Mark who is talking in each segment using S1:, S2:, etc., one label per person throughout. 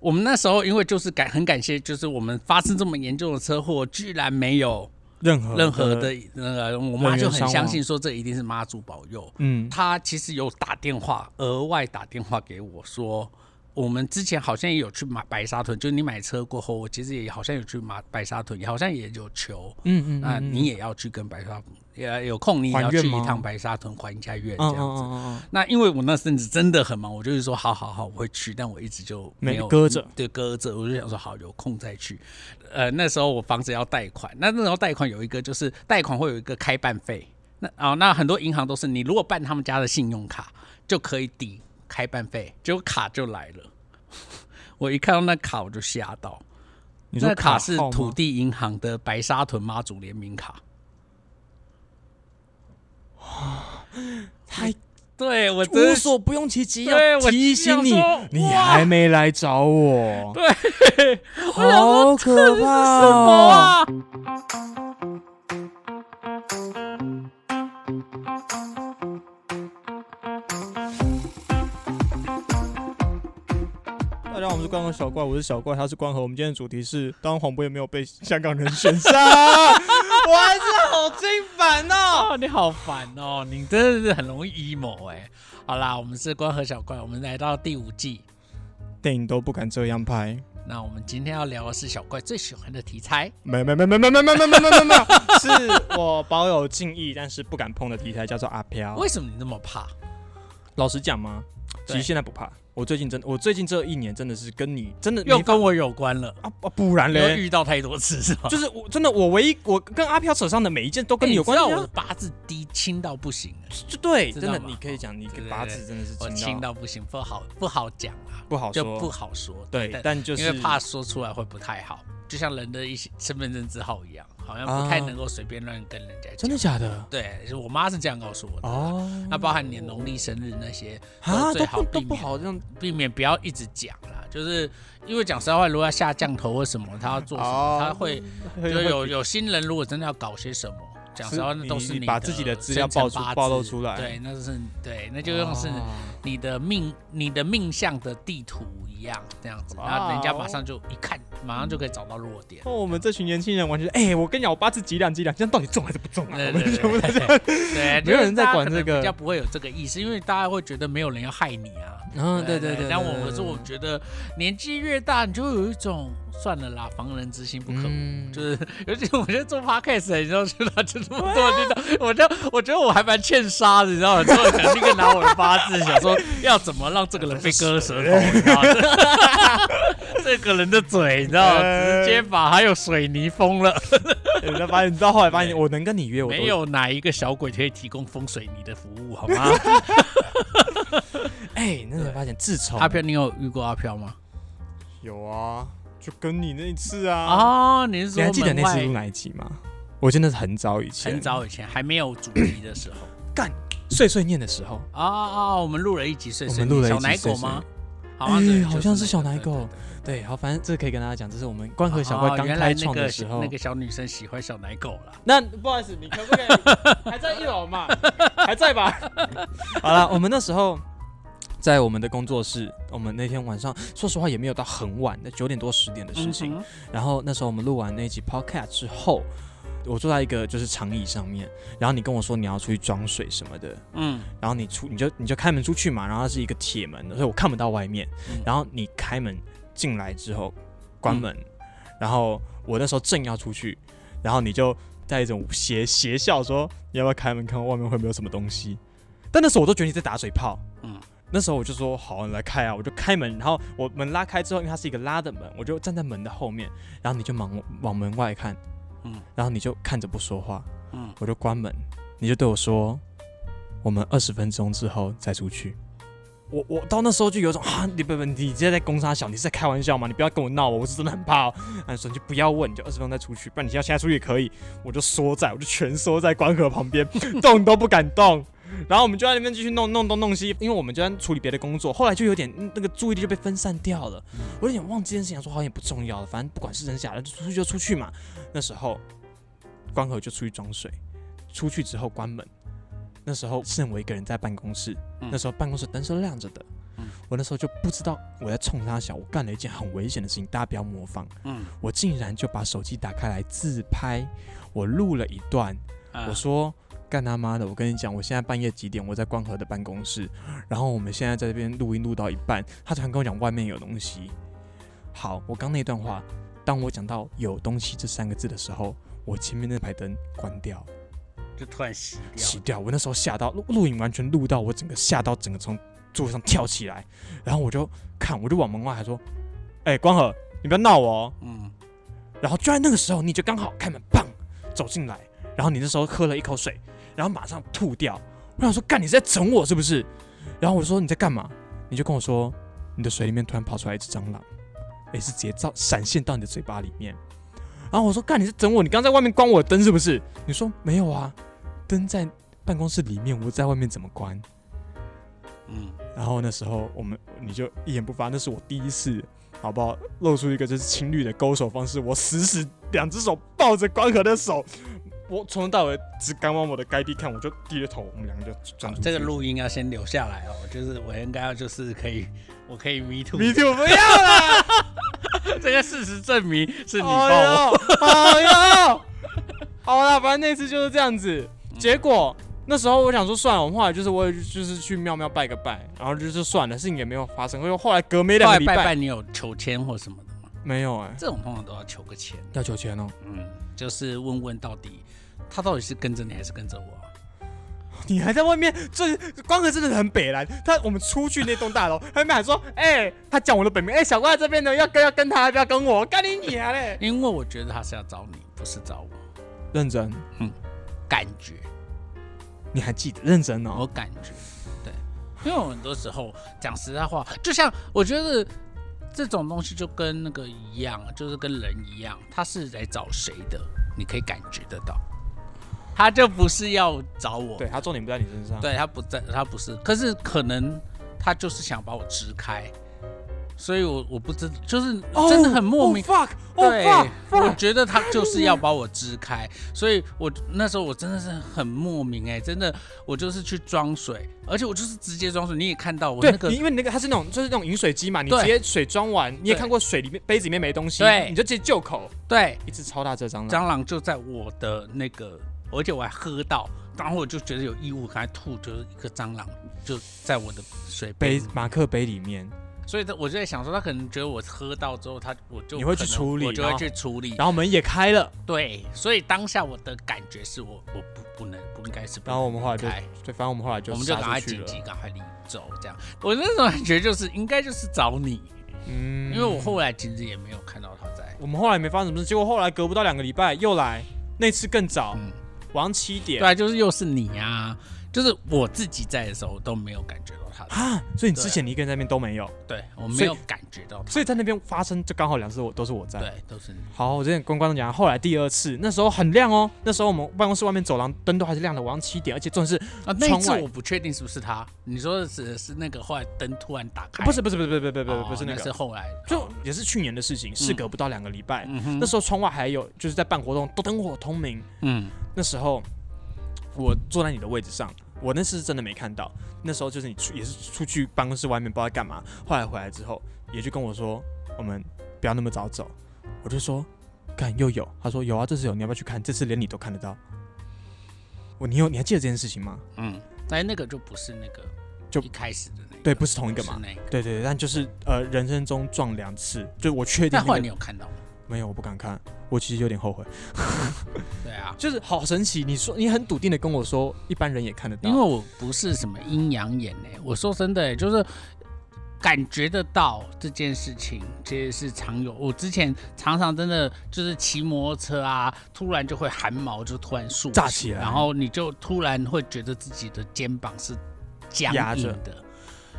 S1: 我们那时候因为就是感很感谢，就是我们发生这么严重的车祸，居然没有
S2: 任何
S1: 任何的呃，我妈就很相信说这一定是妈祖保佑。
S2: 嗯
S1: 她其实有打电话，额外打电话给我说，我们之前好像也有去买白沙屯，就是你买车过后，我其实也好像有去买白沙屯，也好像也有求，
S2: 嗯嗯，
S1: 那
S2: 嗯
S1: 你也要去跟白沙，也有空你也
S2: 还
S1: 要
S2: 愿
S1: 去一
S2: 吗
S1: 趟白沙屯还一下愿
S2: 嗯
S1: 这样子。
S2: 嗯嗯嗯嗯
S1: 那因为我那阵子真的很忙，我就是说好好好，我会去，但我一直就没有
S2: 没搁着，
S1: 对，搁着。我就想说好，有空再去。呃，那时候我房子要贷款，那那时候贷款有一个就是贷款会有一个开办费，那哦，那很多银行都是你如果办他们家的信用卡就可以抵开办费，结果卡就来了。 我一看到那卡我就吓到，
S2: 你说
S1: 那卡是
S2: 号吗
S1: 土地银行的白沙屯妈祖联名卡。
S2: 太
S1: 对我真
S2: 无
S1: 的
S2: 所不用其极，
S1: 对
S2: 要
S1: 我
S2: 提
S1: 想
S2: 醒你
S1: 说，
S2: 你
S1: 哇
S2: 还没来找 我，
S1: 对，
S2: 好可怕
S1: 什么
S2: 哦！
S1: 啊？
S2: 大家好，我们是关河小怪，我是小怪，他是关河。我们今天的主题是：当黄渤也没有被香港人选 上，我还是好心烦哦。
S1: 哦，你好烦哦，你真的是很容易 emo 哎、好啦，我们是关河小怪，我们来到第五季。
S2: 电影都不敢这样拍，
S1: 那我们今天要聊的是小怪最喜欢的题材，
S2: 没没没没没没没没没没 没，是我保有敬意但是不敢碰的题材，叫做阿飘。
S1: 为什么你那么怕？
S2: 老实讲吗？其
S1: 对
S2: 实现在不怕。我最近真，我最近这一年真的是跟你真的
S1: 又
S2: 没
S1: 跟我有关了，
S2: 啊啊，不然
S1: 又
S2: 嘞，
S1: 遇到太多次是吧？
S2: 就是我真的我唯一我跟阿飘扯上的每一件 都跟你有关
S1: 欸
S2: 系、
S1: 你知道
S2: 啊
S1: 我，八字低轻到不行了，
S2: 就对，
S1: 知
S2: 真
S1: 道
S2: 的
S1: 吗
S2: 你可以讲，你
S1: 对对
S2: 八
S1: 对
S2: 字真的是
S1: 我轻
S2: 轻到
S1: 到不行，不好不好讲啊，
S2: 不好
S1: 就不
S2: 说，
S1: 好说。
S2: 对，但就是
S1: 因为怕说出来会不太好，就像人的一些身份证字号一样，好像不太
S2: 啊
S1: 能够随便乱跟人家讲。
S2: 真的假的？
S1: 对，是我妈是这样告诉我的。
S2: 哦，
S1: 那包含你的农历生日那些，
S2: 啊
S1: 最
S2: 都
S1: 好
S2: 不都
S1: 避
S2: 不
S1: 免，
S2: 好这样
S1: 避免不要一直讲啦。就是因为讲实在话，如果要下降头或什么，他要做什么，
S2: 哦
S1: 他会
S2: 会
S1: 就
S2: 会
S1: 有有新人如果真的要搞些什么，讲实话那都是
S2: 你
S1: 的
S2: 把自己的资料
S1: 生辰
S2: 爆出
S1: 八字
S2: 暴露出来
S1: 对，那就是对，那就像是
S2: 哦
S1: 你的命你的命相的地图一样这样子，
S2: 哇哦
S1: 然后人家马上就一看，马上就可以找到弱点。
S2: 哦，我们这群年轻人完全是，哎、我跟你讲，我八字几两几两，这样到底中还是不中啊？
S1: 对
S2: 我
S1: 对
S2: 们全部在
S1: 对，对，
S2: 没有人在管
S1: 就是大家可能
S2: 这个
S1: 比较不会有这个意识，因为大家会觉得没有人要害你啊。
S2: 嗯对对对对
S1: 但
S2: 对
S1: 我
S2: 对
S1: 我是
S2: 对
S1: 我觉得年纪越大，你就有一种算了啦，防人之心不可无。
S2: 嗯
S1: 就是， 尤其我觉得做 podcast，你知道，知道就这么多，
S2: 啊
S1: 你知道，我就我觉得我还蛮欠杀的，你知道吗？之后想立刻拿我的八字，想说要怎么让这个人被割舌头，你知道吗？ 这个人的嘴，你知道吗，直接把还有水泥封了。
S2: 对那发现，你到后来发现，我能跟你约，我都
S1: 没。有哪一个小鬼可以提供风水泥的服务，好 吗？
S2: 哎、那才发现，自从
S1: 阿飘，你有遇过阿飘吗？
S2: 有啊，就跟你那一次啊，
S1: 哦，你是
S2: 你
S1: 说
S2: 还记得
S1: 门
S2: 那次
S1: 外
S2: 录哪一集吗？我真的是很早以前，
S1: 很早以前还没有主题的时候
S2: 碎碎念的时候，
S1: 啊啊！我们录了一集碎
S2: 我
S1: 碎
S2: 们
S1: 念
S2: 录了一
S1: 小
S2: 集
S1: 奶狗
S2: 碎碎
S1: 吗？好啊
S2: 哎
S1: 对
S2: 好
S1: 就
S2: 像
S1: 是
S2: 是小奶狗
S1: 对对对
S2: 对，好，反正这可以跟大家讲，这是我们关河小
S1: 哦
S2: 怪刚
S1: 原来
S2: 开
S1: 那
S2: 创
S1: 个
S2: 的时候。
S1: 那个小女生喜欢小奶狗了。
S2: 那不好意思，你可不可以还在一楼嘛？还在 吧？好了，我们那时候在我们的工作室，我们那天晚上说实话也没有到很晚，那九点多十点的事情。
S1: 嗯哼
S2: 然后那时候我们录完那一集 podcast 之后，我坐在一个就是长椅上面，然后你跟我说你要出去装水什么的，
S1: 嗯，
S2: 然后你出你就你就开门出去嘛，然后它是一个铁门的，所以我看不到外面。
S1: 嗯
S2: 然后你开门进来之后关门，
S1: 嗯
S2: 然后我那时候正要出去，然后你就带一种邪邪笑说你要不要开门看看外面会没有什么东西？但那时候我都觉得你在打水泡，
S1: 嗯
S2: 那时候我就说好，你来开啊！我就开门，然后我门拉开之后，因为它是一个拉的门，我就站在门的后面，然后你就忙往门外看，
S1: 嗯
S2: 然后你就看着不说话，
S1: 嗯
S2: 我就关门，你就对我说，我们二十分钟之后再出去。我我到那时候就有一种啊，你不不，你直接在攻杀小，你是在开玩笑吗？你不要跟我闹哦，我是真的很怕哦。啊，你说你就不要问，你就二十分钟再出去，不然你要现在出去也可以。我就缩在，我就蜷缩在关河旁边， 动都不敢动。然后我们就在那边继续弄弄东弄西，因为我们就在处理别的工作，后来就有点嗯那个注意力就被分散掉了。我有点忘记这件事情，想说好像也不重要了，反正不管是真假的，出去就出去嘛。那时候关河就出去装水，出去之后关门。那时候剩我一个人在办公室，
S1: 嗯
S2: 那时候办公室灯是亮着的，我那时候就不知道我在冲他小，我干了一件很危险的事情，大家不要模仿。
S1: 嗯，
S2: 我竟然就把手机打开来自拍，我录了一段，
S1: 啊
S2: 我说干他妈的！我跟你讲，我现在半夜几点？我在光和的办公室，然后我们现在在这边录音录到一半，他突然跟我讲外面有东西。好，我刚那段话，当我讲到“有东西”这三个字的时候，我前面那排灯关掉，
S1: 就突然熄掉
S2: 洗
S1: 了，
S2: 掉。我那时候吓到，录录影完全录到我整个吓到，整个从座位上跳起来，然后我就看，我就往门外喊说：“哎、光和，你不要闹我、哦。”
S1: 嗯，
S2: 然后就在那个时候，你就刚好开门，砰走进来，然后你那时候喝了一口水，然后马上吐掉。我想说，干你是在整我是不是？然后我说你在干嘛？你就跟我说，你的水里面突然跑出来一只蟑螂，也是直接照闪现到你的嘴巴里面。然后我说，干你是整我？你刚在外面关我的灯是不是？你说没有啊，灯在办公室里面，我在外面怎么关？
S1: 嗯，
S2: 然后那时候我们你就一言不发，那是我第一次，好不好？露出一个就是情侣的勾手方式，我死死两只手抱着关河的手，我从头到尾只敢往我的该地看，我就低着头，我们两个就转出去。
S1: 这个录音要先留下来哦，就是我应该要就是可以，我可以 me too，
S2: ，me too 不要啦，
S1: 这个事实证明是你
S2: 哎
S1: 抱我，
S2: 呦，哎呦，好啦，反正那次就是这样子，结果。那时候我想说算了，我们后来就是我也就是去庙庙拜个拜，然后就是算了，事情也没有发生。因为后来隔没两
S1: 后
S2: 个
S1: 来
S2: 礼
S1: 拜
S2: 拜
S1: 拜你有求签或什么的吗？
S2: 没有哎、
S1: 这种通常都要求个签，
S2: 要九千哦、
S1: 嗯，就是问问到底他到底是跟着你还是跟着我。啊
S2: 你还在外面，这光哥真的很北蓝。他我们出去那栋大楼，他们还说，哎、他讲我的本名，哎、小怪这边呢，要跟要跟他，不要跟我，干你娘嘞！
S1: 因为我觉得他是要找你，不是找我，
S2: 认真，
S1: 感觉
S2: 你还记得认真
S1: 我？感觉，对，因为我很多时候讲实在话，就像我觉得这种东西就跟那个一样，就是跟人一样，他是来找谁的，你可以感觉得到，他就不是要找我，
S2: 对他重点不在你身上，
S1: 对他不在，他不是，可是可能他就是想把我支开，所以我我不知，就是
S2: 哦，
S1: 真的很莫名。
S2: Oh, fuck，oh,
S1: 对
S2: fuck,
S1: 我
S2: fuck
S1: 觉得他就是要把我支开，所以我那时候我真的是很莫名哎、真的，我就是去装水，而且我就是直接装水，你也看到我
S2: 对
S1: 那，个
S2: 你因为你那个它是那种就是那种饮水机嘛，你
S1: 对
S2: 直接水装完，你也
S1: 对
S2: 看过水里面杯子里面没东西，
S1: 对
S2: 你就直接救口，
S1: 对
S2: 一只超大只的蟑螂，
S1: 蟑螂就在我的那个，而且我还喝到，然后我就觉得有异物，赶快吐，就是一个蟑螂就在我的水杯
S2: 杯
S1: 里，
S2: 马克杯里面，
S1: 所以他我就在想说，他可能觉得我喝到之后，他我就
S2: 你会
S1: 可
S2: 去
S1: 能
S2: 处理
S1: 我就
S2: 然
S1: 会
S2: 后
S1: 去处理，
S2: 然后门也开了，
S1: 对，所以当下我的感觉是我我不不能不应该是不
S2: 然后我们后来就
S1: 开。
S2: 对，反正我们后来就
S1: 我们就
S2: 杀
S1: 赶快
S2: 出去
S1: 紧
S2: 了，
S1: 急，赶快离走。这样，我那种感觉就是应该就是找你，
S2: 嗯
S1: 因为我后来其实也没有看到他在。
S2: 我们后来没发生什么事，结果后来隔不到两个礼拜又来，那次更早，
S1: 嗯
S2: 晚上七点。
S1: 对啊，就是又是你啊，就是我自己在的时候都没有感觉到他在，
S2: 啊，所以你之前你一个人在那边都没有，
S1: 对我没
S2: 所以
S1: 有感觉到他，
S2: 所以在那边发生就刚好两次我都是我在。
S1: 对，都是你。
S2: 好，我之前跟观众讲，后来第二次那时候很亮哦，那时候我们办公室外面走廊灯都还是亮的，晚上七点，而且重点是
S1: 啊，那一次
S2: 窗外
S1: 我不确定是不是他，你说的是是那个后来灯突然打开，
S2: 啊不是不是不是不是不是不是
S1: 哦，
S2: 不是
S1: 那
S2: 那
S1: 是
S2: 个，
S1: 后来，
S2: 就也是去年的事情，事隔不到两个礼拜，
S1: 嗯哼
S2: 那时候窗外还有就是在办活动，都灯火通明，
S1: 嗯
S2: 那时候我坐在你的位置上，我那次是真的没看到。那时候就是你出也是出去办公室外面不知道在干嘛，后来回来之后也就跟我说我们不要那么早走，我就说干又有，他说有啊，这次有，你要不要去看？这次连你都看得到。我你有你还记得这件事情吗？
S1: 嗯，但那个就不是那个
S2: 就
S1: 一开始的那个，
S2: 对，不是同一个
S1: 不
S2: 嘛
S1: 是？那个。
S2: 对对，对但就是呃，人生中撞两次，就我确定
S1: 但
S2: 那
S1: 后来
S2: 个
S1: 你有看到吗？
S2: 没有，我不敢看，我其实有点后悔，
S1: 对啊，
S2: 就是好神奇。你说你很笃定的跟我说，一般人也看得到，
S1: 因为我不是什么阴阳眼哎、我说真的、欸，就是感觉得到这件事情，其实是常有。我之前常常真的就是骑摩托车啊，突然就会汗毛就突然竖
S2: 炸起来
S1: 然后你就突然会觉得自己的肩膀是僵
S2: 压
S1: 硬
S2: 着
S1: 的，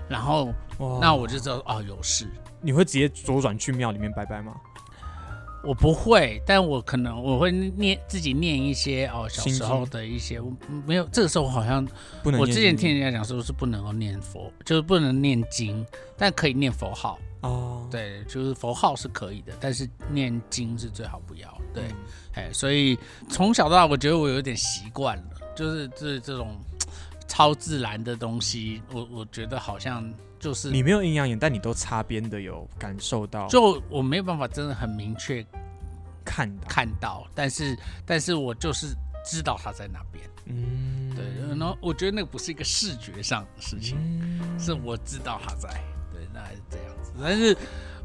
S1: 然后
S2: 哇
S1: 那我就知道哦有事。
S2: 你会直接左转去庙里面拜拜吗？
S1: 我不会，但我可能我会念自己念一些哦，小
S2: 心
S1: 时候
S2: 经
S1: 的一些，我没有这个时候我好像
S2: 不能
S1: 我
S2: 念
S1: 之前
S2: 经。
S1: 听人家讲说是不能够念佛，就是不能念经，但可以念佛号。
S2: 哦，
S1: 对，就是佛号是可以的，但是念经是最好不要。对，
S2: 嗯
S1: 哎，所以从小到大，我觉得我有点习惯了，就是这这种超自然的东西，我我觉得好像就是
S2: 你没有阴阳眼，但你都擦边的有感受到，
S1: 就我没有办法真的很明确
S2: 看到，
S1: 看到，但是但是我就是知道他在哪边。
S2: 嗯，
S1: 对，然后我觉得那个不是一个视觉上的事情，
S2: 嗯，
S1: 是我知道他在。对，那是这样子。但是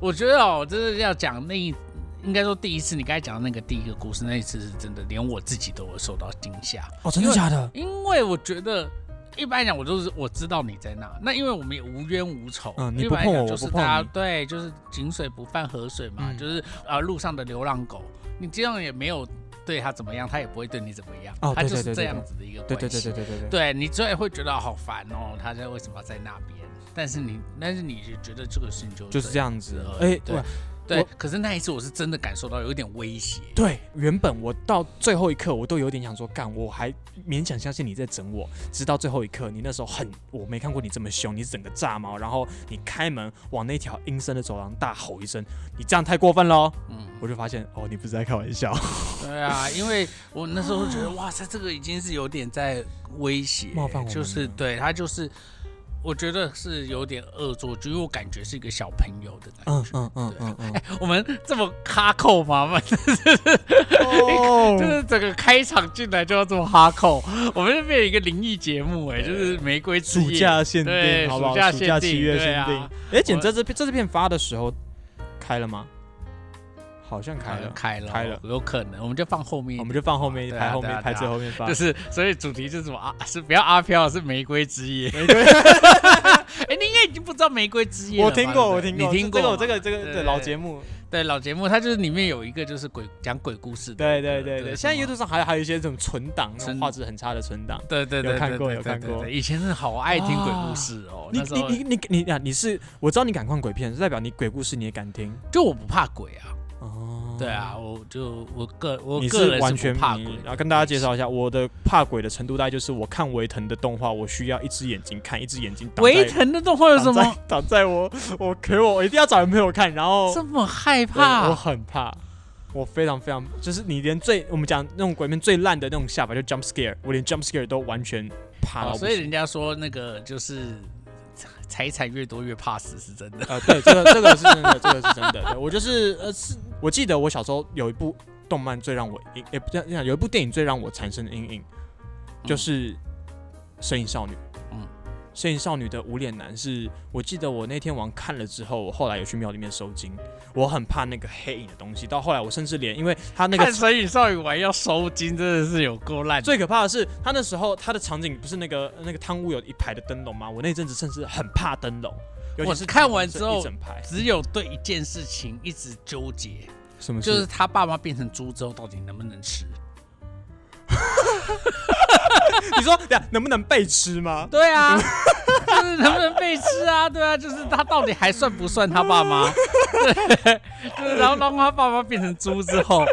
S1: 我觉得哦，真的要讲那一，应该说第一次你刚才讲的那个第一个故事，那一次是真的，连我自己都有受到惊吓。
S2: 哦，真的假的？
S1: 因为我觉得一般来讲，我都是我知道你在那，那因为我们也无冤无仇，
S2: 嗯你
S1: 一
S2: 不
S1: 般来
S2: 碰
S1: 讲
S2: 我
S1: 就
S2: 我
S1: 是
S2: 不碰
S1: 大家
S2: 你
S1: 对，就是井水不犯河水嘛，
S2: 嗯
S1: 就是呃路上的流浪狗，你这样也没有对它怎么样，它也不会对你怎么样，
S2: 哦
S1: 它
S2: 对
S1: 就
S2: 对
S1: 是
S2: 对
S1: 这
S2: 对
S1: 样
S2: 对
S1: 子的一个
S2: 对
S1: 关系。
S2: 对对对对对
S1: 对
S2: 对，
S1: 你虽然会觉得好烦哦，它在为什么要在那边，但是你但是你就觉得这个事情就
S2: 就是这
S1: 样。
S2: 样子
S1: 对。
S2: 哎，
S1: 对
S2: 对
S1: 对
S2: 我，
S1: 可是那一次我是真的感受到有一点威胁，
S2: 对，原本我到最后一刻，我都有点想说，干，我还勉强相信你在整我，直到最后一刻，你那时候很，我没看过你这么凶，你整个炸毛，然后你开门往那条阴森的走廊大吼一声，你这样太过分喽！
S1: 嗯，
S2: 我就发现，哦，你不是在开玩笑，
S1: 对啊，因为我那时候觉得，哇塞，这个已经是有点在威胁，
S2: 冒犯我们
S1: 就是
S2: 了
S1: 对他就是，我觉得是有点恶作剧，因为我感觉是一个小朋友的感
S2: 嗯
S1: 觉。
S2: 嗯嗯嗯嗯，
S1: 我们这么哈扣吗？ 我们就
S2: 哦，
S1: 是整个开场进来就要这么哈扣，我们就变成一个灵异节目哎、就是玫瑰之
S2: 暑
S1: 夜
S2: 假限
S1: 对
S2: 定，好不好？
S1: 暑假
S2: 暑
S1: 限
S2: 假
S1: 定
S2: 七月
S1: 对
S2: 限
S1: 啊
S2: 定。哎，简
S1: 我
S2: 这支这支片发的时候开了吗？好像
S1: 好
S2: 开
S1: 像
S2: 了，
S1: 哦开了
S2: 开了哦
S1: 有可能，我们就放后面一
S2: 我
S1: 点
S2: 们就放后面一
S1: 对啊
S2: 排，后
S1: 对啊
S2: 面排
S1: 对啊
S2: 最后面发
S1: 就。是，所以主题就是什么 啊？是不要阿飘，是玫瑰之夜。玫
S2: 瑰，
S1: 哎，你应该已经不知道玫瑰之夜了
S2: 我
S1: 吧
S2: 听过，我
S1: 对
S2: 听
S1: 不
S2: 过，
S1: 对你听过
S2: 这
S1: 吗
S2: 个，我这个这
S1: 对
S2: 个
S1: 对
S2: 对老节目，
S1: 对老节目，它就是里面有一个就是鬼讲鬼故事的
S2: 对
S1: 那个，
S2: 对对对。现在
S1: 什么
S2: YouTube 上还还有一些这种存档，那
S1: 存
S2: 种画质很差的存档。
S1: 对对
S2: 有
S1: 对
S2: 看
S1: 对
S2: 过
S1: 对
S2: 有
S1: 对
S2: 看
S1: 对
S2: 过
S1: 对以前是好爱听鬼故事哦。
S2: 你
S1: 那时候
S2: 你你你你啊！你是我知道你敢看鬼片，代表你鬼故事你也敢听
S1: 就我不怕鬼啊，
S2: 哦。
S1: 对啊，，我就我个我
S2: 你
S1: 个
S2: 是
S1: 人
S2: 完
S1: 不
S2: 全
S1: 怕
S2: 迷
S1: 鬼的，
S2: 然后跟大家介绍一下，我的怕鬼的程度大概就是我看维腾的动画，我需要一只眼睛看，一只眼睛挡在
S1: 维腾的动画有什
S2: 挡在
S1: 么
S2: 挡在我我给我我一定要找人陪我看，然后
S1: 这么害
S2: 我我
S1: 怕？
S2: 很怕，我非常非常，就是你连最我们讲那种鬼片最烂的那种下巴就 jump scare，我连 jump scare 都完全怕到
S1: 哦
S2: 不
S1: 所以
S2: 行。
S1: 人家说那个就是财产越多越怕死，是真的。
S2: 呃，对，这个这个是真的，这个是真的。对我就是呃，是我记得我小时候有一部动漫最让我阴，也不对，有一部电影最让我产生阴影，就是《摄影少女》。
S1: 嗯
S2: 嗯，《摄影少女》的无脸男是我记得我那天晚上看了之后，我后来有去庙里面收金，我很怕那个黑影的东西。到后来我甚至连，因为他那个
S1: 看《神隐少女》玩要收金，真的是有够烂。
S2: 最可怕的是，他那时候他的场景不是那个那个汤屋有一排的灯笼吗？我那阵子甚至很怕灯笼，尤其
S1: 我
S2: 是
S1: 看完之后
S2: 一整排
S1: 只有对一件事情一直纠结，
S2: 什么
S1: 就是他爸妈变成猪之后，到底能不能吃？
S2: 你说，等下能不能被吃吗？
S1: 对啊， 就是能不能被吃啊？对啊，就是他到底还算不算他爸妈？对，就是然后让他爸妈变成猪之后，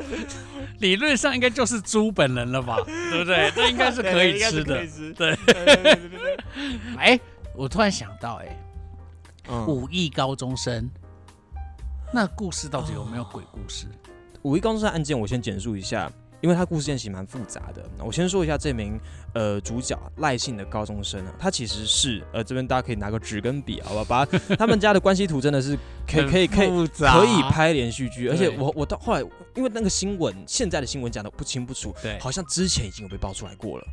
S1: 理论上应该就是猪本人了吧？对不 对？那应该是可以吃的。对
S2: 对，对对对对对
S1: 哎、我突然想到、哎，
S2: 嗯，
S1: 五亿高中生，那故事到底有没有鬼故事？
S2: 五一高中生案件，我先简述一下。因为他故事线其实蛮复杂的，那我先说一下这名呃主角赖姓的高中生啊，他其实是呃这边大家可以拿个纸跟笔好吧，把 他他们家的关系图真 的是可以可以可以
S1: 很复杂
S2: 可以拍连续剧，而且
S1: 对
S2: 我我到后来因为那个新闻现在的新闻讲的不清不楚，
S1: 对，
S2: 好像之前已经有被爆出来过了，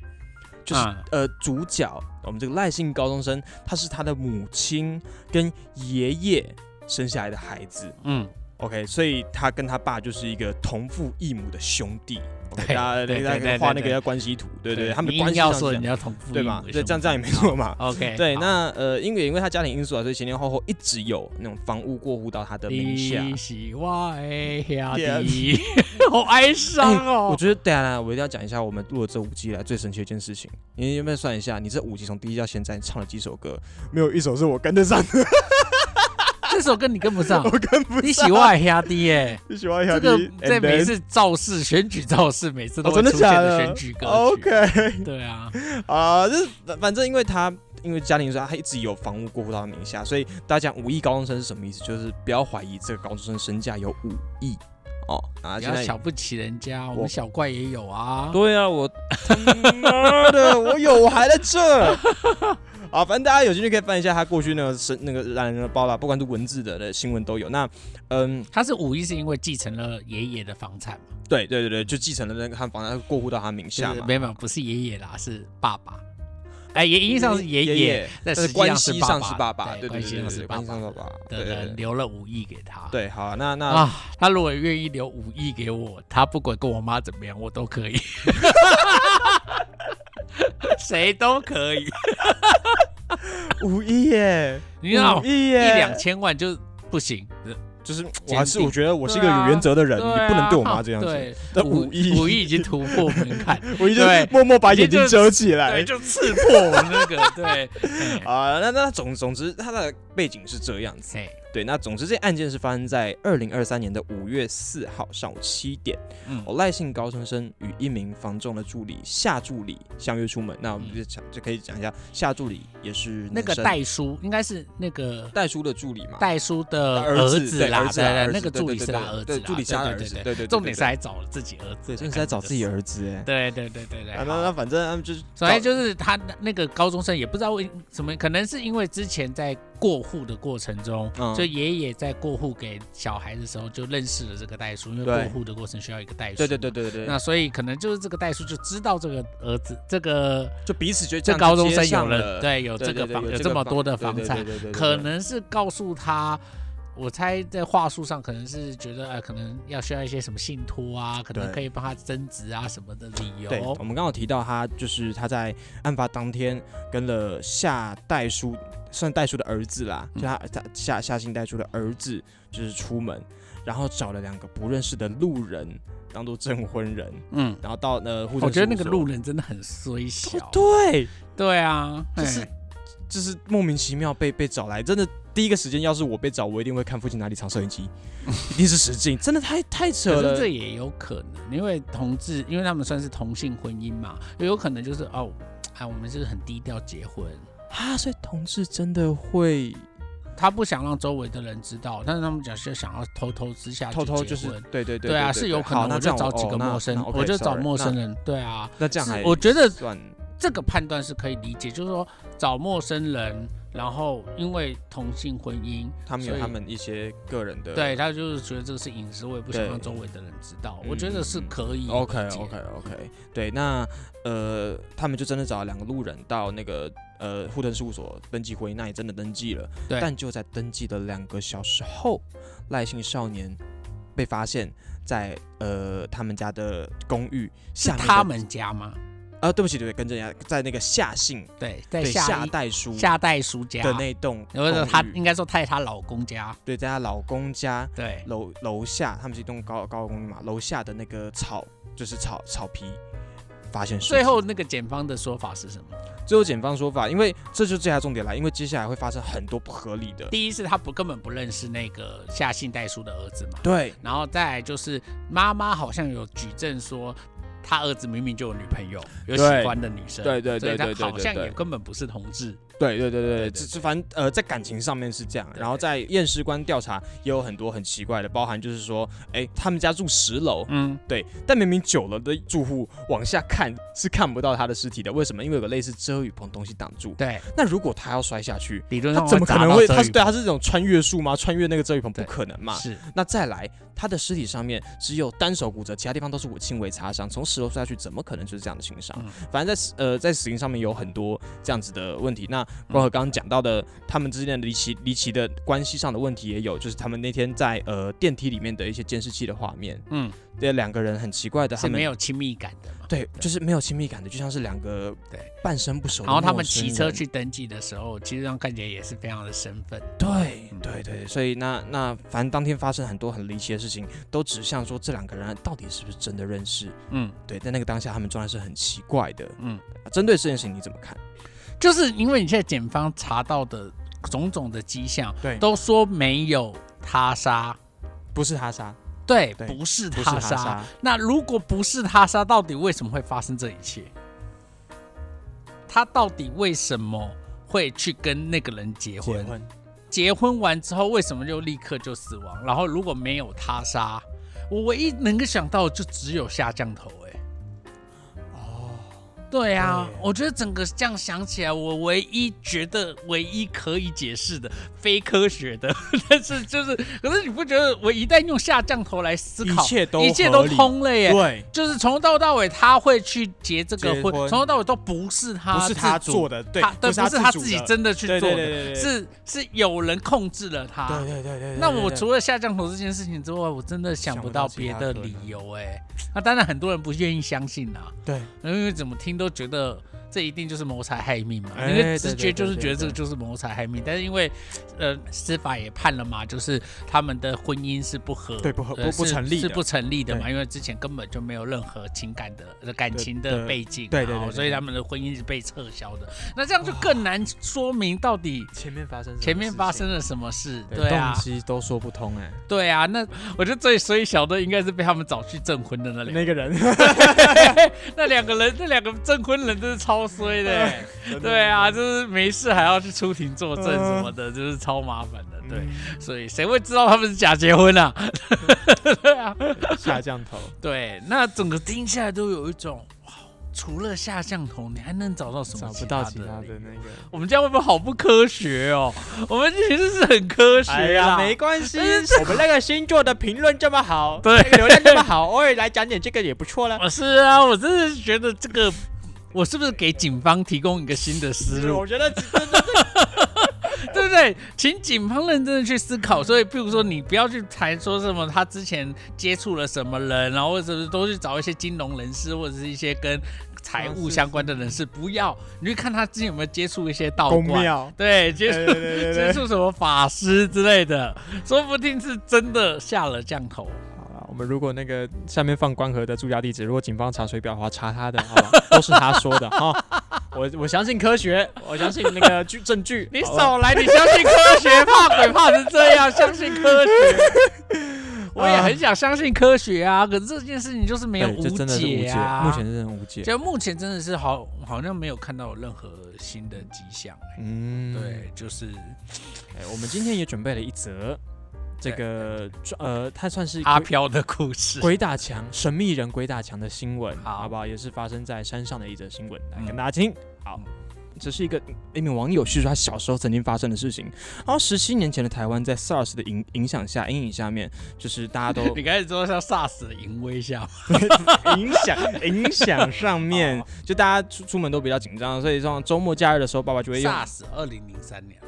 S2: 就是、
S1: 嗯
S2: 呃，主角我们这个赖姓高中生，他是他的母亲跟爷爷生下来的孩子
S1: 嗯。
S2: ，OK，所以他跟他爸就是一个同父异母的兄弟，OK，
S1: 对
S2: 大家
S1: 对对
S2: 大
S1: 对
S2: 家
S1: 对
S2: 画那
S1: 对
S2: 个关系图，对对，对他们
S1: 你
S2: 关
S1: 硬
S2: 系
S1: 要
S2: 上
S1: 说
S2: 是
S1: 人
S2: 这样
S1: 家同父异
S2: 对
S1: 母
S2: 嘛，
S1: 的
S2: 对，这样
S1: 兄
S2: 这样也没错嘛
S1: 弟。OK，
S2: 对，
S1: 好
S2: 那呃，因为因为他家庭因素啊，所以前前后后一直有那种房屋过户到他的名下。
S1: 你是我的兄
S2: 天
S1: 弟， 好哀伤
S2: 哎我
S1: 哦。
S2: 觉得对啊，我一定要讲一下我们录了这五集以来最神奇的一件事情。你有没有算一下，你这五集从第一集到现在唱了几首歌？没有一首是我跟得上的，
S1: 这首歌你跟不上，
S2: 哎 我跟不上。
S1: 你喜欢的兄弟耶。
S2: 你喜欢
S1: 这
S2: 小
S1: 个
S2: 弟
S1: 在
S2: and
S1: 每
S2: then-
S1: 次造势选举造势，每次都
S2: 哦
S1: 会
S2: 真的
S1: 出现
S2: 假
S1: 的
S2: 的哦
S1: 选举歌曲。
S2: OK
S1: 对啊，
S2: 啊，就是反反正因为他因为家庭说他一直有房屋过户到他名下，所以大家讲五亿高中生是什么意思？就是不要怀疑这个高中生身价有五亿哦啊！
S1: 不
S2: 现
S1: 要
S2: 在
S1: 瞧不起人家，我
S2: 我
S1: 们小怪也 有啊。
S2: 对啊，我他妈的，我有，我还在这。啊，反正大家有兴趣可以翻一下他过去那个是那个懒人包啦，不管是文字的的新闻都有。那嗯，
S1: 他是五一是因为继承了爷爷的房产嘛？
S2: 对对对对，就继承了那个他房产过户到他名
S1: 就
S2: 下
S1: 是
S2: 嘛。
S1: 没有没有，不是爷爷啦，是爸爸。哎，名义上是爷
S2: 嗯爷
S1: 爷，但
S2: 但
S1: 实
S2: 是
S1: 际
S2: 关
S1: 是
S2: 系上是爸爸，
S1: 对，
S2: 对对
S1: 关
S2: 对
S1: 系
S2: 对
S1: 上
S2: 对，
S1: 是爸
S2: 关系上
S1: 爸
S2: 是爸爸，对
S1: 的
S2: 对
S1: 人
S2: 对。
S1: 留了五亿给他。
S2: 对，好啊，那那
S1: 啊，他如果愿意留五亿给我，他不管跟我妈怎么样，我都可以， 谁都可以。
S2: 五亿耶，
S1: 你知道
S2: 五亿
S1: 一
S2: 耶，
S1: 两千万就不行，
S2: 就是我
S1: 定
S2: 还是我觉得我是一个有原则的人，
S1: 对
S2: 你不能对我妈这样
S1: 啊
S2: 子。
S1: 对
S2: 但
S1: 五
S2: 五亿
S1: 五亿已经突破门槛，
S2: 我一就
S1: 对
S2: 默默把眼
S1: 已
S2: 睛
S1: 经
S2: 遮起来
S1: 对，。就刺破我那 个，对，哎
S2: 啊、那那总总之，它的背景是这样子。
S1: 哎，
S2: 对，那总之这案件是发生在二零二三年的五月四号上午七点，
S1: 嗯
S2: 哦，赖姓高中生与一名房仲的助理夏助理相约出门。那我们就讲就可以讲一下，夏助理也是
S1: 那个
S2: 男生
S1: 代书应该是那个
S2: 代书的助理嘛，
S1: 代书的
S2: 对
S1: 子啦，
S2: 儿子啊
S1: 对对，
S2: 儿子
S1: 那个助理是
S2: 对对对
S1: 他儿子
S2: 对
S1: 啦，
S2: 助理是他
S1: 对
S2: 儿
S1: 对
S2: 子
S1: 对
S2: 对对对
S1: 重点是
S2: 对
S1: 还找了自己儿子，
S2: 对，真的是在找自己
S1: 子，
S2: 儿子哎。
S1: 对对对对对，
S2: 啊，那
S1: 好
S2: 那反正他们就是
S1: 首先
S2: 找
S1: 就是他那个高中生也不知道为什么，可能是因为之前在过户的过程中，
S2: 嗯
S1: 就爷爷在过户给小孩的时候就认识了这个代书，因为
S2: 对
S1: 过户的过程需要一个代书。
S2: 对对对对对对，
S1: 那所以可能就是这个代书就知道这个儿子，这个
S2: 就彼此就
S1: 这
S2: 样
S1: 高中
S2: 接
S1: 生有
S2: 上
S1: 了
S2: 了，
S1: 对有
S2: 对
S1: 这个
S2: 对对
S1: 房
S2: 有
S1: 有
S2: 这
S1: 这
S2: 个
S1: 么
S2: 房
S1: 多的
S2: 对
S1: 房
S2: 对
S1: 产
S2: 对，对对对
S1: 可
S2: 对
S1: 能是告诉他。我猜在话术上可能是觉得，呃，可能要需要一些什么信托啊，可能
S2: 对
S1: 可以帮他增值啊什么的理由。
S2: 对，我们刚刚有提到他就是他在案发当天跟了夏代叔，算代叔的儿子啦，就他他夏夏姓代叔的儿子，就是出门，然后找了两个不认识的路人当做证婚人，
S1: 嗯，
S2: 然后到呃户政
S1: 我觉得那个
S2: 事务所
S1: 路人真的很衰小。
S2: 对，
S1: 对啊，
S2: 就是
S1: 嘿
S2: 就是莫名其妙被被找来，真的第一个时间要是我被找，我一定会看附近哪里藏摄影机，一定是实境，真的太太扯
S1: 可
S2: 了
S1: 是，这也有可能，因为同志，因为他们算是同性婚姻嘛，也有可能就是哦，哎，我们就是很低调结婚，
S2: 啊，所以同志真的会
S1: 他不想让周围的人知道，但是他们假设想要偷偷私下去
S2: 偷偷
S1: 结
S2: 就是
S1: 婚
S2: 对对对
S1: 对啊，是有可
S2: 好
S1: 能，
S2: 那
S1: 我
S2: 这
S1: 就
S2: 样
S1: 找几个陌生，我就找陌生。
S2: 哦
S1: 人，对啊，
S2: 那那 OK，sorry，那那这样
S1: 是
S2: 还
S1: 我觉得
S2: 算
S1: 这个判断是可以理解，就是说找陌生人，然后因为同性婚姻，
S2: 他们有
S1: 所以
S2: 他们一些个人的
S1: 对他就是觉得这个是隐私，我也不想
S2: 对
S1: 让周围的人知道，
S2: 嗯
S1: 我觉得是
S2: 嗯
S1: 可以理解。
S2: OK OK OK 对，那呃，他们就真的找了两个路人到那个呃户政事务所登记婚姻，那也真的登记了，
S1: 对
S2: 但就在登记的两个小时后，赖姓少年被发现在呃他们家的公寓
S1: 是
S2: 下面的
S1: 他们家吗？
S2: 啊、对不起对不起，跟着人家在那个夏姓
S1: 对，在
S2: 对
S1: 下
S2: 夏
S1: 一
S2: 代叔
S1: 下代叔家，
S2: 的那栋公
S1: 然
S2: 寓，
S1: 后她应该说她在她老公家，
S2: 对，在她老公家
S1: 对，
S2: 楼楼下，他们是一栋高高公寓嘛，楼下的那个草就是草草皮，发现尸体
S1: 最后那个检方的说法是什么？
S2: 最后检方说法，因为这就是最大重点啦，因为接下来会发生很多不合理的，
S1: 第一是她不根本不认识那个夏姓代叔的儿子嘛，
S2: 对
S1: 然后再来就是妈妈好像有举证说。他儿子明明就有女朋友，有喜
S2: 对
S1: 欢的女生，
S2: 对对
S1: 所以
S2: 对
S1: 他
S2: 对对
S1: 好
S2: 对
S1: 像
S2: 对
S1: 也根本不是同志，
S2: 对
S1: 对
S2: 对对对
S1: 对
S2: 对，这这反正呃在感情上面是这样，
S1: 对
S2: 然后在验尸官调查也有很多很奇怪的，包含就是说，哎，他们家住十楼，
S1: 嗯，
S2: 对，但明明九楼的住户往下看是看不到他的尸体的，为什么？因为有个类似遮雨棚东西挡住。
S1: 对，
S2: 那如果他要摔下去，
S1: 理论
S2: 他
S1: 上
S2: 怎么可
S1: 砸
S2: 能
S1: 到
S2: 会？
S1: 遮
S2: 他是
S1: 雨
S2: 对，他是这种穿越术吗？穿越那个遮雨棚不
S1: 对
S2: 可能嘛。
S1: 是
S2: 那再来，他的尸体上面只有单手骨折，其他地方都是我轻微擦伤。从十楼摔下去，怎么可能就是这样的轻伤？
S1: 嗯
S2: 反正在呃在死因上面有很多这样子的问题。
S1: 嗯
S2: 那光和刚刚讲到的，他们之间的离奇离奇的关系上的问题也有，就是他们那天在呃电梯里面的一些监视器的画面，
S1: 嗯，
S2: 这两个人很奇怪的，他
S1: 是
S2: 们
S1: 没有亲密感的嘛。
S2: 对，就是没有亲密感的，就像是两个
S1: 对
S2: 半生不熟的
S1: 然后他
S2: 陌
S1: 们
S2: 生
S1: 骑车
S2: 人
S1: 去登记的时候，其实上看起来也是非常的身份。
S2: 对
S1: 嗯
S2: 对对，所以那那反正当天发生很多很离奇的事情，都指向说这两个人到底是不是真的认识？
S1: 嗯，
S2: 对，在那个当下，他们状态是很奇怪的。
S1: 嗯
S2: 嗯，针对这件事情你怎么看？
S1: 就是因为你现在检方查到的种种的迹象，
S2: 对
S1: 都说没有他杀，
S2: 不是他杀，
S1: 对，
S2: 对
S1: 不是
S2: 不是
S1: 他
S2: 他
S1: 杀。
S2: 杀，
S1: 那如果不是他杀，到底为什么会发生这一切？他到底为什么会去跟那个人结婚？
S2: 结婚
S1: 结婚完之后，为什么就立刻就死亡？然后如果没有他杀，我唯一能够想到就只有下降头、欸。哎，哦，对啊，
S2: 对
S1: 我觉得整个这样想起来，我唯一觉得唯一可以解释的非科学的， 但是就是，可是你不觉得我一旦用下降头来思考，
S2: 一切都
S1: 一切都
S2: 合理
S1: 通了耶？
S2: 对，
S1: 就是从头到尾他会去结这个
S2: 结
S1: 婚，
S2: 婚
S1: 从头到尾都不是他
S2: 不是他
S1: 自主
S2: 做的，对
S1: 他，对，
S2: 不
S1: 不是他
S2: 主
S1: 自己
S2: 的
S1: 真的去
S2: 对
S1: 做
S2: 对
S1: 的，
S2: 对对对
S1: 是是有人控制了他。
S2: 对对对对。
S1: 那
S2: 对
S1: 我
S2: 对
S1: 除了下降头这件事情之外，我真的想
S2: 想
S1: 不
S2: 不
S1: 到
S2: 到其
S1: 别
S2: 他
S1: 的
S2: 可
S1: 理
S2: 能
S1: 由哎、那当然很多人不愿意相信啦、
S2: 对
S1: 因为怎么听都觉得这一定就是谋财害命嘛，
S2: 哎
S1: 你的直觉
S2: 对对对
S1: 就是觉得这个
S2: 对对
S1: 就是谋财害命。但是因为呃司法也判了嘛，就是他们的婚姻是不合，
S2: 对不合
S1: 呃
S2: 不不
S1: 是
S2: 成立的
S1: 是不成立的嘛，
S2: 对
S1: 因为之前根本就没有任何情感的呃感情
S2: 对
S1: 的
S2: 对
S1: 背景啊，
S2: 对对对对对
S1: 所以他们的婚姻是被撤销的。那这样就更难说明到底。
S2: 前面发生
S1: 前面发生了什么事？对
S2: 对
S1: 啊
S2: 动，机都说不通哎，
S1: 对啊，那我觉得最衰小的应该是被他们找去证婚的那两个
S2: 那个人
S1: 那两个人，那两个证婚人真是超衰的、 欸，对啊，就是没事还要去出庭作证什么的，就是超麻烦的，对，所以谁会知道他们是假结婚啊？对啊，
S2: 下降头，
S1: 对，那整个听下来都有一种，哇，除了下降头，你还能找到什么
S2: 找
S1: 其
S2: 不
S1: 他的？
S2: 到其他的那个。
S1: 我们这样会不会好不科学哦？我们其实是很科学
S2: 哎
S1: 啦
S2: 呀，没关 系，
S1: 但是
S2: 我们那个星座的评论这么 好，
S1: 对
S2: 那个流量这么好，偶尔来讲点这个也不错 啦。
S1: 我是啊，我真的是觉得这个，我是不是给警方提供一个新的思路？
S2: 我觉得真的
S1: 对不对？请警方认真的去思考。所以，比如说，你不要去谈说什么他之前接触了什么人，然后或者是都去找一些金融人士或者是一些跟财务相关的人士，不要，你去看他之前有没有接触一些道
S2: 嗯公
S1: 观，
S2: 庙，
S1: 对，接
S2: 对
S1: 触
S2: 对对
S1: 接
S2: 对对。
S1: 触什么法师之类的，说不定是真的下了降头。
S2: 好了，我们如果那个下面放关河的住家地址，如果警方查水表的话，查他的，好吧，都是他说的哈。 我我相信科学，我相信那个据证据。
S1: 你
S2: 好吧
S1: 少来！你相信科学，怕鬼怕成这样，相信科学。
S2: 啊
S1: 我也很想相信科学啊，可是这件事情就是没有
S2: 哎对，这真的是无
S1: 解
S2: 解，
S1: 啊。
S2: 目前真的无解。
S1: 就目前真的是好，好像没有看到有任何新的迹象、欸。
S2: 嗯，
S1: 对，就是
S2: 哎，我们今天也准备了一则，这个呃，它算是
S1: 阿
S2: 鬼
S1: 飘的故事。
S2: 鬼打墙神秘人鬼打墙的新闻，
S1: 好
S2: 不好？也是发生在山上的一则新闻，来
S1: 嗯
S2: 跟大家听。好
S1: 嗯，
S2: 这是一个一名网友叙述他小时候曾经发生的事情。然后十七年前的台湾，在 SARS 的影影响下、阴影下面，就是大 家都
S1: 你刚才说像 SARS 的淫威 下，
S2: 影响影响上 面，哦就大家出出门都比较紧张，所以像周末假日的时候，爸爸就会用
S1: SARS 二零零三年，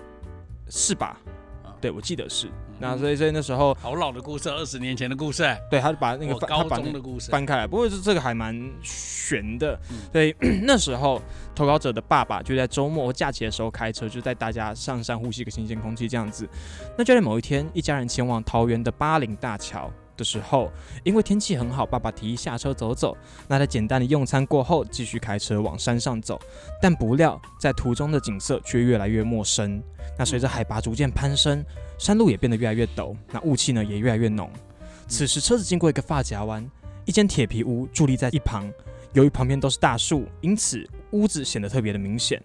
S2: 是吧
S1: 啊？
S2: 对，我记得是。那
S1: 嗯
S2: 所以所以那时候，
S1: 好老的故事，二十年前的故事、
S2: 对，他就把那个
S1: 我
S2: 翻他
S1: 高
S2: 把那
S1: 中的故事。
S2: 翻开来，不过这这个还蛮悬的
S1: 嗯，
S2: 所以 那时候投稿者的爸爸就在周末或假期的时候开车，就带大家上山呼吸个新鲜空气这样子。那就在某一天，一家人前往桃园的巴陵大桥。的时候，因为天气很好，爸爸提议下车走走。那在简单的用餐过后，继续开车往山上走。但不料，在途中的景色却越来越陌生。那随着海拔逐渐攀升，山路也变得越来越陡，那雾气呢也越来越浓。此时，车子经过一个发夹弯，一间铁皮屋伫立在一旁，由于旁边都是大树，因此屋子显得特别的明显。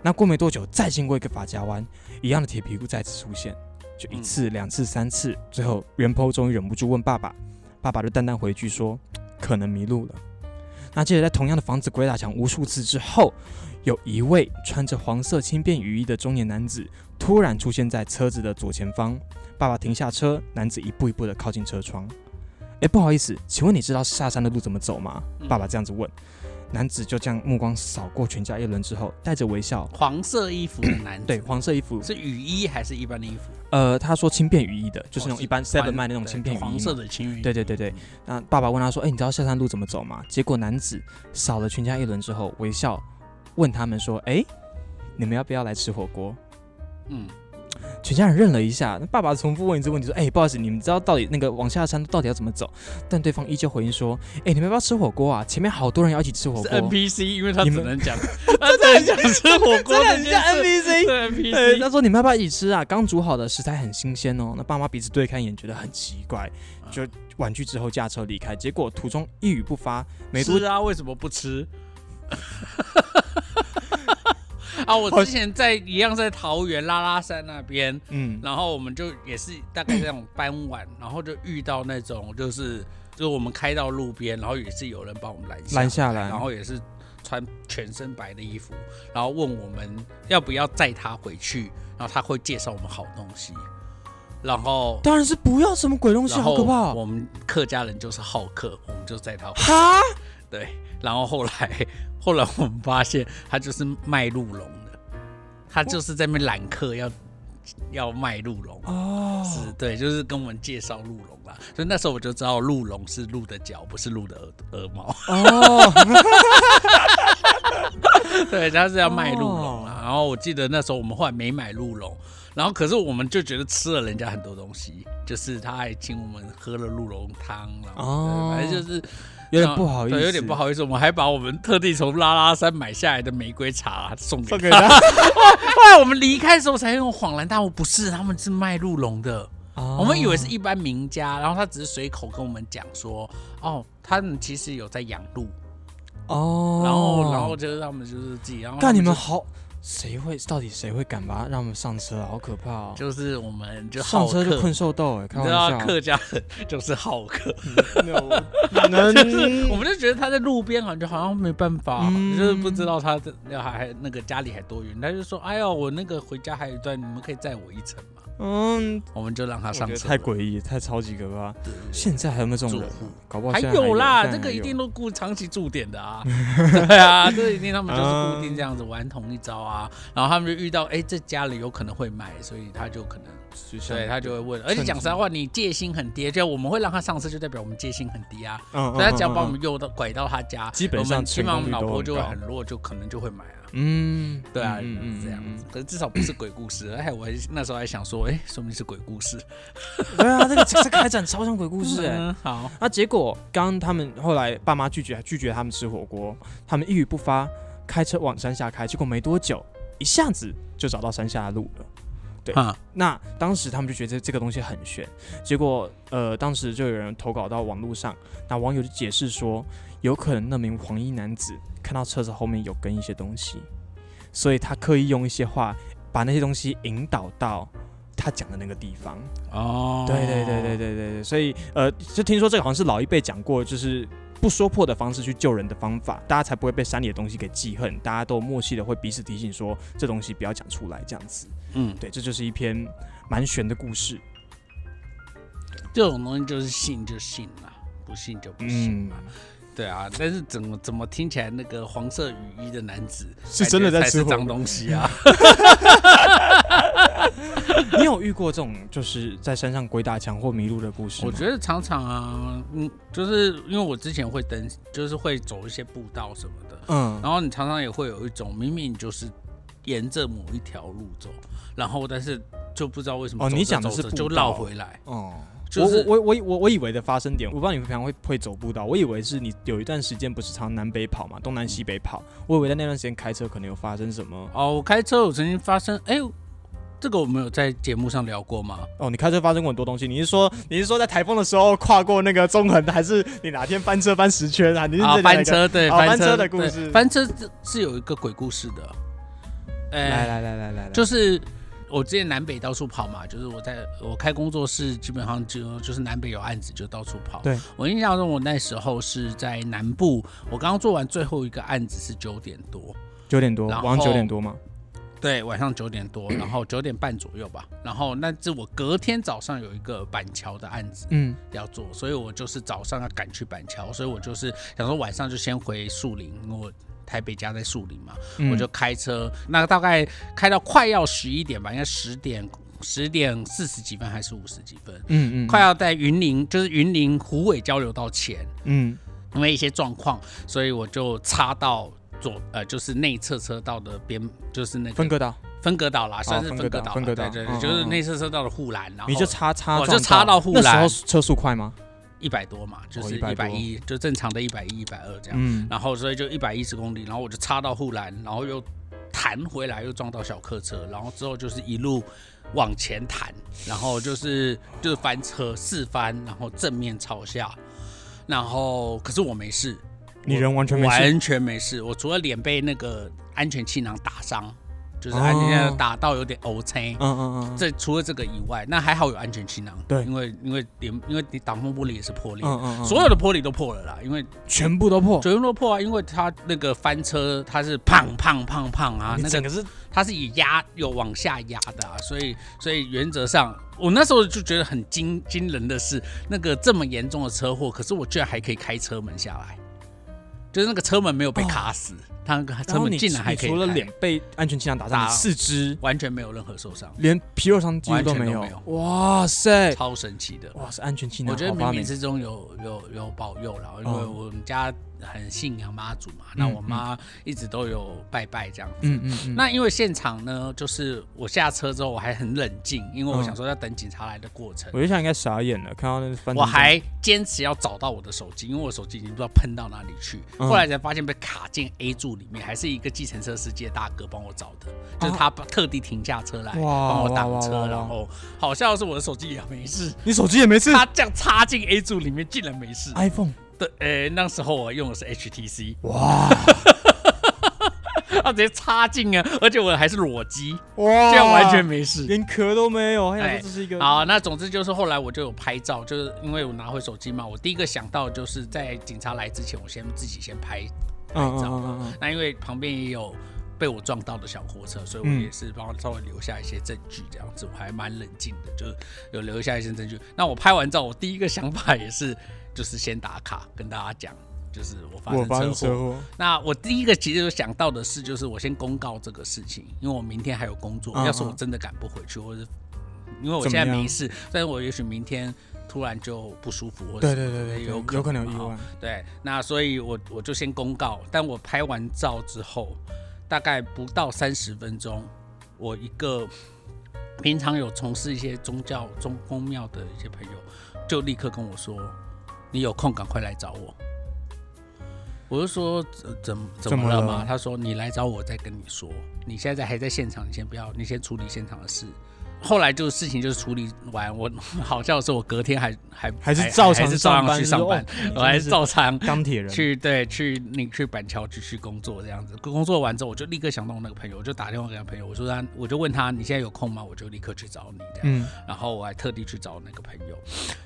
S2: 那过没多久，再经过一个发夹弯，一样的铁皮屋再次出现，就一次、两次、三次，最后袁坡终于忍不住问爸爸，爸爸就淡淡回句说：“可能迷路了。”那接着在同样的房子鬼打墙无数次之后，有一位穿着黄色轻便雨衣的中年男子突然出现在车子的左前方。爸爸停下车，男子一步一步的靠近车窗。哎，不好意思，请问你知道下山的路怎么走吗？
S1: 嗯
S2: 爸爸这样子问，男子就这样目光扫过全家一轮之后，带着微笑，
S1: 黄色衣服的男子，
S2: 对，黄色衣服，
S1: 是雨衣还是一般的衣服？
S2: 呃，他说轻便雨衣的，就是那
S1: 哦
S2: 种一般 seven
S1: 宽
S2: 卖的那种
S1: 对
S2: 轻便雨
S1: 黄
S2: 衣
S1: 色
S2: 嘛。
S1: 的轻便雨衣。
S2: 对对对对，那爸爸问他说：“哎、你知道下山路怎么走吗？”结果男子扫了全家一轮之后，微笑问他们说：“哎、你们要不要来吃火锅？”
S1: 嗯，
S2: 全家人愣了一下，那爸爸重复问一次问题说：“哎、不好意思，你们知道到底那个往下山到底要怎么走？”但对方依旧回应说：“哎、你们要不要吃火锅啊？前面好多人要一起吃火
S1: 是
S2: 锅。
S1: NPC，因为他只
S2: 你们
S1: 能 讲，啊他只能讲吃火锅这件事。
S2: NPC。
S1: 对 NPC，
S2: 对，哎他说你们要不要一起吃啊？刚煮好的食材很新鲜哦。那爸妈彼此对看一眼，觉得很奇怪，
S1: 啊
S2: 就婉拒之后驾车离开。结果途中一语不发，没多
S1: 吃啊，为什么不吃？啊，我
S2: 好
S1: 之前在一样在桃园拉拉山那边，
S2: 嗯，
S1: 然后我们就也是大概这种傍晚，然后就遇到那种就是就是我们开到路边，然后也是有人帮我们拦下
S2: 拦下来
S1: 然后也是穿全身白的衣服，然后问我们要不要载他回去，然后他会介绍我们好东西，然后
S2: 当然是不要什么鬼东西，
S1: 然
S2: 好
S1: 后
S2: 可怕！哦
S1: 我们客家人就是好客，我们就载他回
S2: 哈，
S1: 对，然后后来后来我们发现他就是卖鹿茸的，他就是在那边揽客要要卖鹿茸。
S2: 哦，
S1: 是对，就是跟我们介绍鹿茸啦，所以那时候我就知道鹿茸是鹿的脚，不是鹿的耳耳毛。
S2: 哦，
S1: 对，他是要卖鹿茸
S2: 哦
S1: 啦。然后我记得那时候我们后来没买鹿茸，然后可是我们就觉得吃了人家很多东西，就是他还请我们喝了鹿茸汤，然后、
S2: 哦
S1: 反正就是
S2: 有点不好意思，
S1: 对有点不，好意思。我们还把我们特地从拉拉山买下来的玫瑰茶送给
S2: 送
S1: 他。
S2: 给他。
S1: 后来我们离开的时候才用恍然大悟，不是他们是卖鹿茸的。 我
S2: 我
S1: 们以为是一般名家，然后他只是随口跟我们讲说，哦，他们其实有在养鹿，
S2: 哦，
S1: 然后然后就是他们就是自己，然后他
S2: 干你们
S1: 哦就
S2: 好，谁会到底谁会敢把让我们上车啊？好可怕哦！
S1: 就是我们就好
S2: 上
S1: 客，
S2: 车就困
S1: 你
S2: 兽斗哎，开玩
S1: 知道
S2: 笑。
S1: 客家人就是好客，
S2: 能
S1: 就是 我们就觉得他在路边啊好像就好像没办法，
S2: 嗯
S1: 就是不知道他的要还还那个家里还多远，他就说，哎呦，我那个回家还有一段，你们可以载我一程嘛，
S2: 嗯，
S1: 我们就让他
S2: 我觉
S1: 上
S2: 得
S1: 车，
S2: 太诡异，太超级可怕。
S1: 对对对
S2: 现在还有没有这种
S1: 住
S2: 人啊
S1: 户？
S2: 搞不好
S1: 还
S2: 现在还
S1: 有啦，
S2: 现在
S1: 这个
S2: 还
S1: 一
S2: 有
S1: 定都固长期驻点的啊， 对啊，这一定他们就是固定这样子玩同一招啊，然后他们就遇到哎、这家里有可能会买，所以他就可能对他就会问，而且讲实在话，你戒心很低，就我们会让他上车，就代表我们戒心很低啊，
S2: 嗯，嗯
S1: 所以他只要把我。
S2: 嗯嗯
S1: 们诱到拐到他家，
S2: 基本
S1: 我
S2: 上
S1: 们基本上我们
S2: 成
S1: 老
S2: 功率
S1: 婆就
S2: 都
S1: 会
S2: 很
S1: 很弱，就可能就会买啊。
S2: 嗯，
S1: 对啊，
S2: 嗯嗯
S1: 是这样子，可是至少不是鬼故事。哎，我还那时候还想说，哎，说明是鬼故事。
S2: 嗯对啊，这个这个开展超像鬼 故事哎、
S1: 嗯，好，
S2: 那结果，刚刚他们后来爸妈拒绝，拒绝他们吃火锅，他们一语不发，开车往山下开。结果没多久，一下子就找到山下的路了。对
S1: 啊，
S2: 那当时他们就觉得这这个东西很悬，结果呃，当时就有人投稿到网络上，那网友就解释说，有可能那名黄衣男子看到车子后面有跟一些东西，所以他刻意用一些话把那些东西引导到他讲的那个地方。
S1: 哦，
S2: 对对对对对对对，所以呃，就听说这个好像是老一辈讲过，就是不说破的方式去救人的方法，大家才不会被山里的东西给记恨，大家都默契的会彼此提醒说这东西不要讲出来，这样子。
S1: 嗯，
S2: 对，这就是一篇蛮悬的故事。
S1: 这种东西就是信就信啦，不信就不信
S2: 嗯
S1: 嘛。，对啊，但是怎么怎么听起来那个黄色雨衣的男子
S2: 是真的在
S1: 感觉才
S2: 吃
S1: 是
S2: 火锅
S1: 脏东西 啊？
S2: 你有遇过这种就是在山上鬼打墙或迷路的故事吗？
S1: 我觉得常常啊，嗯，就是因为我之前会登，就是会走一些步道什么的，
S2: 嗯，
S1: 然后你常常也会有一种明明你就是沿着某一条路走，然后但是就不知道为什么
S2: 哦
S1: 走着
S2: 你讲的是
S1: 走着就
S2: 步道
S1: 绕回来，
S2: 哦。
S1: 就是
S2: 我我我我我我以为的发生点，我不知道你们平常会会走步道，我以为是你有一段时间不是常南北跑嘛，东南西北跑，我以为在那段时间开车可能有发生什么
S1: 哦，我开车我曾经发生，哎、这个我们有在节目上聊过吗？
S2: 哦，你开车发生过很多东西。你是说你是说在台风的时候跨过那个中横，还是你哪天翻车翻十圈啊？你是
S1: 啊，
S2: 这两
S1: 翻
S2: 个？
S1: 车对，
S2: 哦翻车
S1: 车
S2: 的故
S1: 对
S2: 事
S1: 翻车是是有一个鬼故事的，
S2: 来
S1: 哎，
S2: 来来来来来，
S1: 就是我之前南北到处跑嘛，就是我在我开工作室，基本上就就是南北有案子就到处跑。
S2: 对
S1: 我印象中，我那时候是在南部，我刚刚做完最后一个案子是九点多，
S2: 九点多，
S1: 然
S2: 晚
S1: 后
S2: 上九点多吗？
S1: 对，晚上九点多，然后九点半左右吧，然后那是我隔天早上有一个板桥的案子，
S2: 嗯，
S1: 要做，所以我就是早上要赶去板桥，所以我就是想说晚上就先回树林，因为我台北家在树林嘛，
S2: 嗯
S1: 我就开车，那大概开到快要十一点吧，应该十点十点四十几分还是五十几分，
S2: 嗯嗯，
S1: 快要在云林，就是云林湖尾交流道前，
S2: 嗯
S1: 因为一些状况，所以我就插到。左呃，就是内侧车道的边，就是那
S2: 分
S1: 个
S2: 割到，
S1: 分隔岛啦，算是
S2: 分
S1: 分
S2: 割
S1: 隔
S2: 岛
S1: 岛
S2: 分
S1: 啦，
S2: 隔
S1: 对
S2: 岛
S1: 对
S2: 嗯
S1: 对，
S2: 嗯
S1: 就是
S2: 嗯
S1: 内侧车道的护栏，然后
S2: 你就插插，
S1: 哦我就
S2: 撞
S1: 插到护栏
S2: 那时候车速快吗？
S1: 一百多嘛，就是
S2: 100
S1: 一
S2: 哦多
S1: 百一，就正常的一百一、一百二这样。
S2: 嗯，
S1: 然后所以就一百一十公里，然后我就插到护栏，然后又弹回来，又撞到小客车，然后之后就是一路往前弹，然后就是就是翻车四翻，然后正面朝下，然后可是我没事，
S2: 你人完全没事，
S1: 完全没事，我除了脸被那个安全气囊打伤，就是安全气囊打到有点 O C。
S2: 哦嗯嗯嗯，
S1: 这除了这个以外，那还好有安全气囊，
S2: 对
S1: 因为因为连因为你挡风玻璃也是破裂，
S2: 嗯嗯嗯，哦
S1: 所有的玻璃都破了啦，因为
S2: 全部都破，
S1: 九云落破啊，因为它那个翻车，它是胖胖胖胖啊，
S2: 你
S1: 那
S2: 整
S1: 个
S2: 个是
S1: 它是以压有往下压的、啊，所以所以原则上，我那时候就觉得很惊惊人的是，那个这么严重的车祸，可是我居然还可以开车门下来，就是那个车门没有被卡死，它那个
S2: 哦然
S1: 车
S2: 后
S1: 门
S2: 你
S1: 竟然还
S2: 你
S1: 可以
S2: 除了
S1: 开
S2: 脸被安全气囊打伤，
S1: 打
S2: 你四肢
S1: 完全没有任何受伤，
S2: 连皮肉伤几乎
S1: 完全
S2: 没
S1: 都
S2: 有
S1: 没有。
S2: 哇塞，
S1: 超神奇的。
S2: 哇塞，安全气囊，
S1: 我觉得
S2: 好
S1: 冥
S2: 发
S1: 冥
S2: 明
S1: 之中有有有保佑啦，因为
S2: 哦
S1: 我们家很信仰妈祖嘛，那
S2: 嗯
S1: 我妈一直都有拜拜这样子。
S2: 嗯嗯嗯，
S1: 那因为现场呢，就是我下车之后我还很冷静，因为我
S2: 嗯
S1: 想说要等警察来的过程，
S2: 我就想应该傻眼了，看到那翻，
S1: 我还坚持要找到我的手机，因为我手机已经不知道喷到哪里去。
S2: 嗯
S1: 后来才发现被卡进 A 柱里面，还是一个计程车司机的大哥帮我找的，就是他把特地停下车来
S2: 啊哇
S1: 帮我
S2: 哇
S1: 挡
S2: 哇哇
S1: 车，然后好笑的是我的手机也没事，
S2: 你手机也没事
S1: 他这样插进 A 柱里面竟然没事。
S2: ，iPhone，
S1: 对，呃，那时候我用的是 HTC，
S2: 哇
S1: 他直接插进啊，而且我还是裸机，
S2: 哇，
S1: 这样完全没事。
S2: 连壳都没有，还想
S1: 哎
S2: 说这是一个
S1: 好，那总之就是后来我就有拍照，就是因为我拿回手机嘛，我第一个想到就是在警察来之前，我先自己先拍。
S2: 嗯
S1: 照
S2: 嗯嗯嗯
S1: 那因为旁边也有被我撞到的小货车，所以我
S2: 嗯
S1: 也是帮他稍微留下一些证据，这样子我还蛮冷静的，就是有留下一些证据。那我拍完照，我第一个想法也是就是先打卡跟大家讲，就是我发
S2: 嗯，我发生
S1: 生车
S2: 车
S1: 祸。
S2: 祸，
S1: 那我第一个其实想到的是，就是我先公告这个事情，因为我明天还有工作。
S2: 嗯
S1: 要是我真的赶不回去，或者因为我
S2: 怎么
S1: 现在
S2: 样
S1: 没事，但是我也许明天突然就不舒服，或者
S2: 对
S1: 什
S2: 对
S1: 么
S2: 对对，
S1: 有
S2: 对有可能有
S1: 嘛
S2: 意
S1: 哦
S2: 外，
S1: 对，那所以我我就先公告，但我拍完照之后，大概不到三十分钟，我一个平常有从事一些宗教中公庙的一些朋友，就立刻跟我说：“你有空赶快来找我。”我就说：“呃怎怎
S2: 怎
S1: 么
S2: 么
S1: 了
S2: 了
S1: 嘛？”他说：“你来找我再跟你说，你现在还在现场，你先不要，你先处理现场的事。”后来就事情就是处理完，我 好笑的是，我隔天还还
S2: 还是照
S1: 哎还
S2: 常
S1: 是照样
S2: 班
S1: 去
S2: 就是
S1: 上
S2: 说
S1: 班，
S2: 哦
S1: 我还
S2: 真
S1: 是
S2: 的
S1: 照常
S2: 钢铁人，
S1: 去对去你去板桥去去工作这样子。工作完之后，我就立刻想到我那个朋友，我就打电话给他朋友，我说他，我就问他你现在有空吗？我就立刻去找你这样。
S2: 嗯，
S1: 然后我还特地去找那个朋友，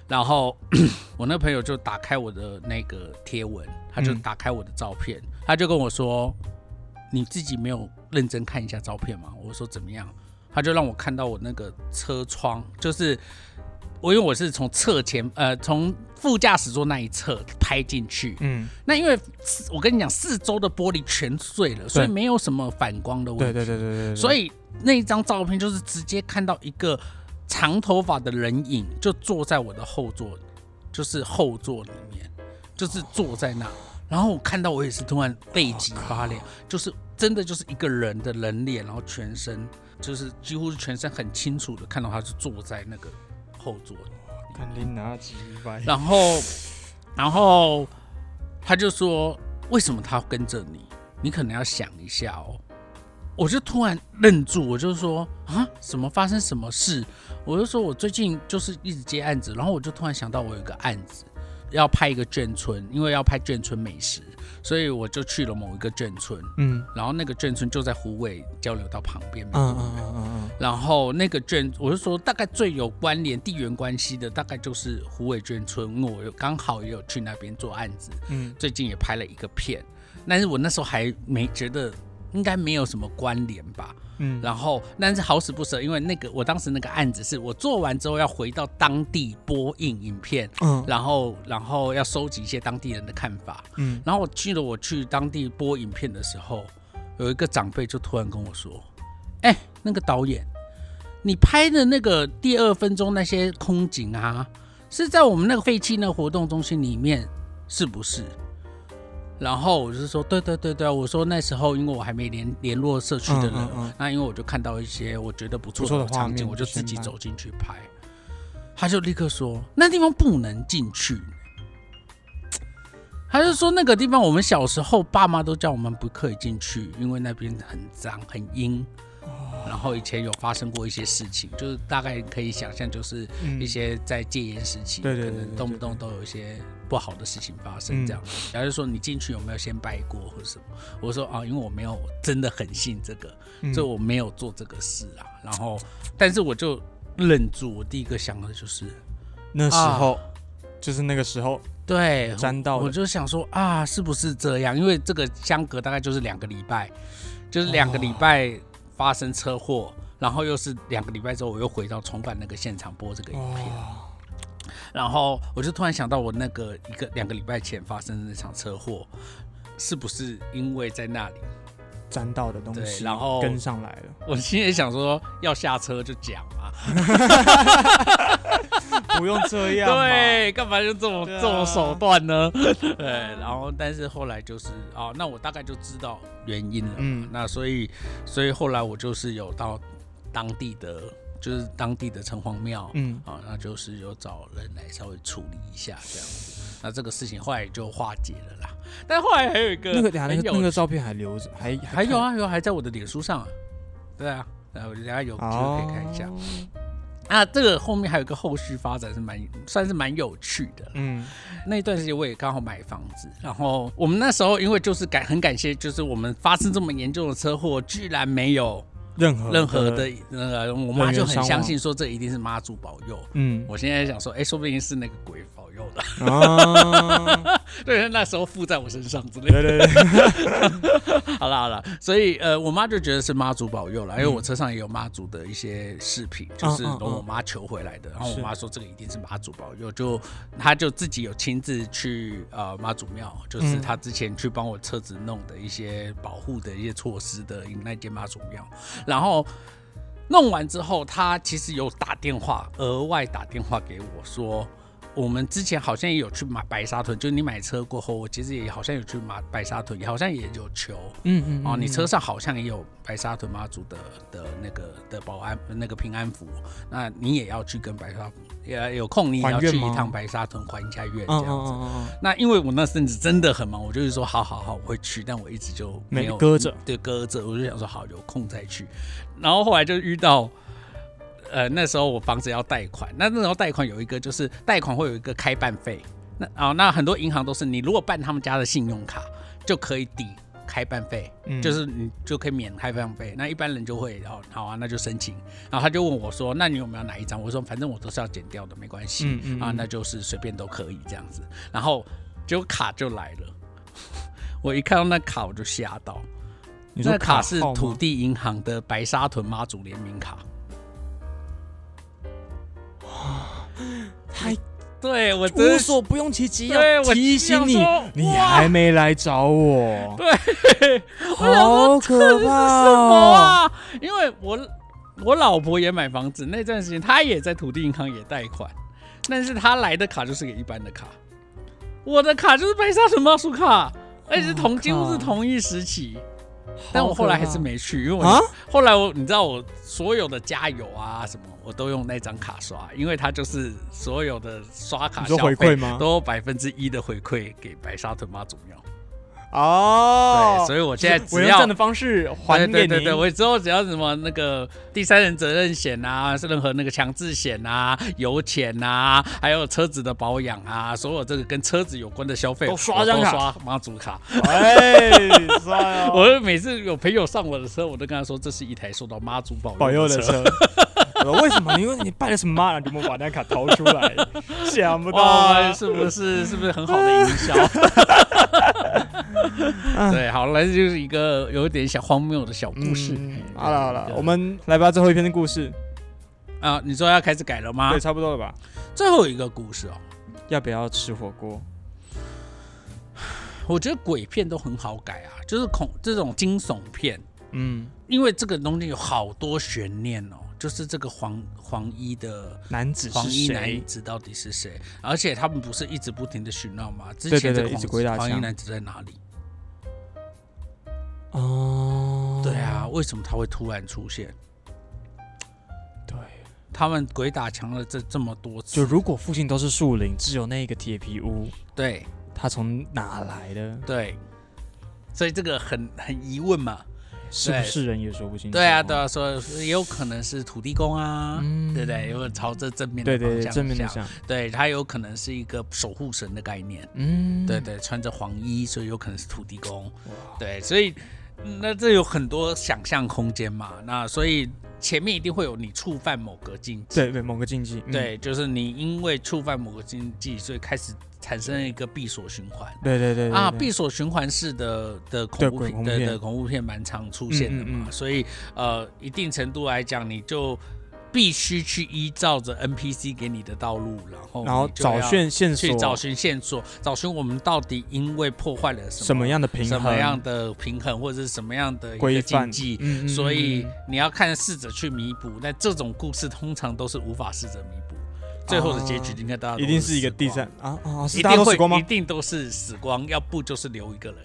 S1: 然后 我那朋友就打开我的那个贴文，他就
S2: 嗯
S1: 打开我的照片，他就跟我说：“你自己没有认真看一下照片吗？”我说：“怎么样？”他就让我看到我那个车窗，就是我因为我是从侧前呃从副驾驶座那一侧拍进去，
S2: 嗯，
S1: 那因为四我跟你讲，四周的玻璃全碎了，所以没有什么反光的问
S2: 对
S1: 题。
S2: 对对对对对，
S1: 所
S2: 以
S1: 以那一张照片就是直接看到一个长头发的人影，就坐在我的后座，就是后座里面，就是坐在那。然后我看到我也是突然背脊发
S2: 啊
S1: 凉，就是真的就是一个人的人脸，然后全身就是几乎是全身很清楚的看到他是坐在那个后座里
S2: 看你拿几百，
S1: 然后，然后他就说：“为什么他要跟着你？你可能要想一下哦。”我就突然愣住，我就说：“啊，什么发生什么事？”我就说：“我最近就是一直接案子，然后我就突然想到我有一个案子要拍一个眷村，因为要拍眷村美食，所以我就去了某一个眷村，
S2: 嗯
S1: 然后那个眷村就在湖尾交流道旁边。”
S2: 嗯嗯嗯嗯
S1: 然后那个眷，我就说大概最有关联地缘关系的，大概就是虎尾眷村。因为我有刚好也有去那边做案子，
S2: 嗯
S1: 最近也拍了一个片，但是我那时候还没觉得应该没有什么关联吧。
S2: 嗯嗯，
S1: 然后，但是好死不死，因为那个我当时那个案子是我做完之后要回到当地播映影片，
S2: 嗯
S1: 然后然后要收集一些当地人的看法。
S2: 嗯，
S1: 然后我记得我去当地播影片的时候，有一个长辈就突然跟我说：“哎、那个导演，你拍的那个第二分钟那些空景啊，是在我们那个废弃那个活动中心里面，是不是？”然后我就说：“对对对对啊，我说那时候因为我还没联联络社区的人，
S2: 嗯嗯嗯
S1: 那因为我就看到一些我觉得不错
S2: 不错的画
S1: 场
S2: 面
S1: 景，我就
S2: 先
S1: 自己
S2: 拍
S1: 走进去拍。”他就立刻说：“那地方不能进去。”他就说那个地方我们小时候爸妈都叫我们不可以进去，因为那边很脏很阴。
S2: 哦
S1: 然后以前有发生过一些事情，就是大概可以想象，就是
S2: 嗯
S1: 一些在戒严时期，
S2: 对对对
S1: 可能
S2: 对嗯
S1: 动不动都有一些不好的事情发生，这样。然后就说你进去有没有先拜过或者什么？我说啊，因为我没有，我真的很信这个，
S2: 嗯
S1: 所以我没有做这个事啊。然后，但是我就愣住，我第一个想的就是，
S2: 那时候、就是那个时候
S1: 对，
S2: 沾到
S1: 我
S2: 了，
S1: 就想说啊，是不是这样？因为这个相隔大概就是两个礼拜，就是两个礼拜发生车祸，然后又是两个礼拜之后，我又回到重返那个现场播这个影片，
S2: 哦
S1: 然后我就突然想到我那个一个两个礼拜前发生的那场车祸，是不是因为在那里？
S2: 沾到的东
S1: 对
S2: 西，
S1: 然后
S2: 跟上来了，
S1: 我心里想说要下车就讲嘛，
S2: 不用这样嘛，啊
S1: 对，干嘛用这种、
S2: 对啊
S1: 这种手段呢？对，然后但是后来就是哦，那我大概就知道原因了。嗯
S2: 嗯，
S1: 那所以所以后来我就是有到当地的，就是当地的城隍庙，
S2: 嗯，
S1: 啊、那就是有找人来稍微处理一下这样子。那这个事情后来也就化解了啦。但后来还有一个
S2: 那个俩那
S1: 很
S2: 个
S1: 有
S2: 那个照片还留着，还
S1: 还
S2: 还
S1: 有啊，有还在我的脸书上、啊。对啊，然后大家有
S2: 看，
S1: 就是可以看一下。啊，这个后面还有一个后续发展是蛮算是蛮有趣的啦。
S2: 嗯，
S1: 那一段时间我也刚好买房子，然后我们那时候因为就是感很感谢，就是我们发生这么严重的车祸，居然没有
S2: 任何
S1: 任何的那个，我妈
S2: 嗯人员
S1: 就很
S2: 伤亡
S1: 相信说这一定是妈祖保佑。
S2: 嗯
S1: 我现在想说，哎、说不定是那个鬼保佑的，
S2: 啊，
S1: 对，那时候附在我身上之类的。
S2: 对对对，
S1: 好了好了，所以呃，我妈就觉得是妈祖保佑了，因为我车上也有妈祖的一些饰品，就是
S2: 嗯嗯嗯
S1: 从我妈求回来的。然后我
S2: 是
S1: 妈说这个一定是妈祖保佑，就她就自己有亲自去呃妈祖庙，就是
S2: 嗯
S1: 她之前去帮我车子弄的一些保护的一些措施的那间妈祖庙，然后。弄完之后，她其实有打电话，额外打电话给我说，我们之前好像也有去买白沙屯，就是你买车过后，我其实也好像有去买白沙屯，也好像也有求，
S2: 嗯嗯
S1: 哦，你车上好像也有白沙屯妈祖的的那个的保安那个平安符，那你也要去跟白沙，也有空你也要
S2: 还愿
S1: 去一
S2: 吗
S1: 趟白沙屯还一下愿这
S2: 嗯
S1: 样
S2: 嗯
S1: 子。
S2: 嗯嗯嗯，
S1: 那因为我那阵子真的很忙，我就是说好好好我会去，但我一直就没
S2: 没
S1: 有嗯
S2: 搁着，
S1: 对，搁着，我就想说好有空再去。然后后来就遇到，呃，那时候我房子要贷款，那那时候贷款有一个就是贷款会有一个开办费，那哦，那很多银行都是你如果办他们家的信用卡就可以抵开办费，
S2: 嗯
S1: 就是你就可以免开办费。那一般人就会哦，好啊，那就申请。然后他就问我说，那你有没有哪一张？我说反正我都是要剪掉的，没关系、
S2: 嗯嗯
S1: 啊，
S2: 嗯
S1: 那就是随便都可以这样子。然后结果卡就来了， 我一看到那卡我就吓到，
S2: 你
S1: 那
S2: 说
S1: 卡是
S2: 号吗
S1: 土地银行的白沙屯妈祖联名卡。
S2: 太
S1: 对我哎真
S2: 无
S1: 的
S2: 所不用其极
S1: 对
S2: 要
S1: 我
S2: 提醒你
S1: 心想说，
S2: 你
S1: 哇
S2: 还没来找 我，对，好
S1: 这 是
S2: 可
S1: 什
S2: 怕
S1: 么
S2: 哦！
S1: 啊？因为我我老婆也买房子那段时间，她也在土地银行也贷款，但是她来的卡就是个一般的卡，我的卡就是白沙屯妈祖卡，而且是同几乎是同一时
S2: 哦
S1: 期。但我后来还是没去，因为我、
S2: 啊
S1: 后来我你知道我所有的加油啊什么，我都用那张卡刷，因为它就是所有的刷卡
S2: 你
S1: 消
S2: 说回
S1: 费
S2: 馈吗
S1: 都有百分之一的回馈给白沙屯妈祖庙。
S2: 哦，
S1: 对所以我现在只
S2: 我用
S1: 要
S2: 这样的方式还给
S1: 对对
S2: 你，
S1: 对对，我之后只要什么那个第三人责任险啊，是任何那个强制险啊、油钱啊，还有车子的保养啊，所有这个跟车子有关的消费，
S2: 都刷
S1: 我
S2: 这张卡
S1: 刷妈祖卡。
S2: 哎，帅哦
S1: 我每次有朋友上我的车，我都跟他说，这是一台受到妈祖保佑
S2: 保佑
S1: 的
S2: 的
S1: 车。
S2: 车。 我说为什么？因为你拜了什么妈？你们把那卡掏出来，想不到
S1: 哇，
S2: 啊！
S1: 是不是是不是很好的营 销？对，好了，这就是一个有点小荒谬的小故事。
S2: 嗯
S1: 哎
S2: 好了好了
S1: 对，
S2: 我们来吧，最后一篇的故事，
S1: 啊，你说要开始改了吗
S2: 对，？差不多了吧？
S1: 最后一个故事哦，
S2: 啊要不要吃火锅？
S1: 我觉得鬼片都很好改啊，就是恐这种惊悚片，
S2: 嗯，
S1: 因为这个东西有好多悬念哦，就是这个黄黄衣的
S2: 男子
S1: 黄
S2: 是
S1: 衣男
S2: 谁？
S1: 子到底是谁，而且他们不是一直不停的寻闹吗？之
S2: 对
S1: 前
S2: 对
S1: 这
S2: 对
S1: 个
S2: 一直
S1: 黄
S2: 鬼打
S1: 黄衣
S2: 墙
S1: 男子在哪里？
S2: 哦，
S1: 对啊，为什么他会突然出现？
S2: 对，
S1: 他们鬼打墙了这这么多次，
S2: 就如果附近都是树林，只有那个铁皮屋，
S1: 对
S2: 它从哪来的？
S1: 对，所以这个很很疑问嘛。
S2: 是不是人也说不清楚。
S1: 对啊，
S2: 哦
S1: 对啊，说也有可能是土地公啊，
S2: 嗯
S1: 对不对？如果朝着正面的
S2: 对
S1: 方
S2: 对对，
S1: 向
S2: 正面的
S1: 想，
S2: 想，
S1: 对，它有可能是一个守护神的概念，
S2: 嗯，
S1: 对对，穿着黄衣，所以有可能是土地公，对，所以嗯那这有很多想象空间嘛，那所以前面一定会有你触犯某个禁忌，
S2: 对对，某个禁忌，嗯
S1: 对，就是你因为触犯某个禁忌，所以开始产生了一个闭锁循环。
S2: 对对对对
S1: 啊，
S2: 对
S1: 闭锁循环式的的
S2: 对
S1: 恐怖
S2: 鬼
S1: 片
S2: 恐怖
S1: 的
S2: 片
S1: 的恐怖片蛮常出现的嘛，
S2: 嗯嗯嗯
S1: 所以呃，一定程度来讲，你就必须去依照着 NPC 给你的道路，然后
S2: 然后
S1: 你就
S2: 找
S1: 要
S2: 寻线索
S1: 去，找寻线索，找寻我们到底因为破坏了什
S2: 什么样的平衡，
S1: 什么样的平衡，或者是什么样的一
S2: 规
S1: 个
S2: 范
S1: 禁忌。
S2: 嗯嗯
S1: 所以
S2: 嗯嗯
S1: 你要看试着去弥补，那这种故事通常都是无法试着弥补，最后的结局应该大家都
S2: 哦一定是一个
S1: 死
S2: 第
S1: 光
S2: 三啊啊，
S1: 哦
S2: 是
S1: 一
S2: 大家
S1: 定
S2: 都死光
S1: 会
S2: 吗
S1: 一？定都是死光，要不就是留一个人。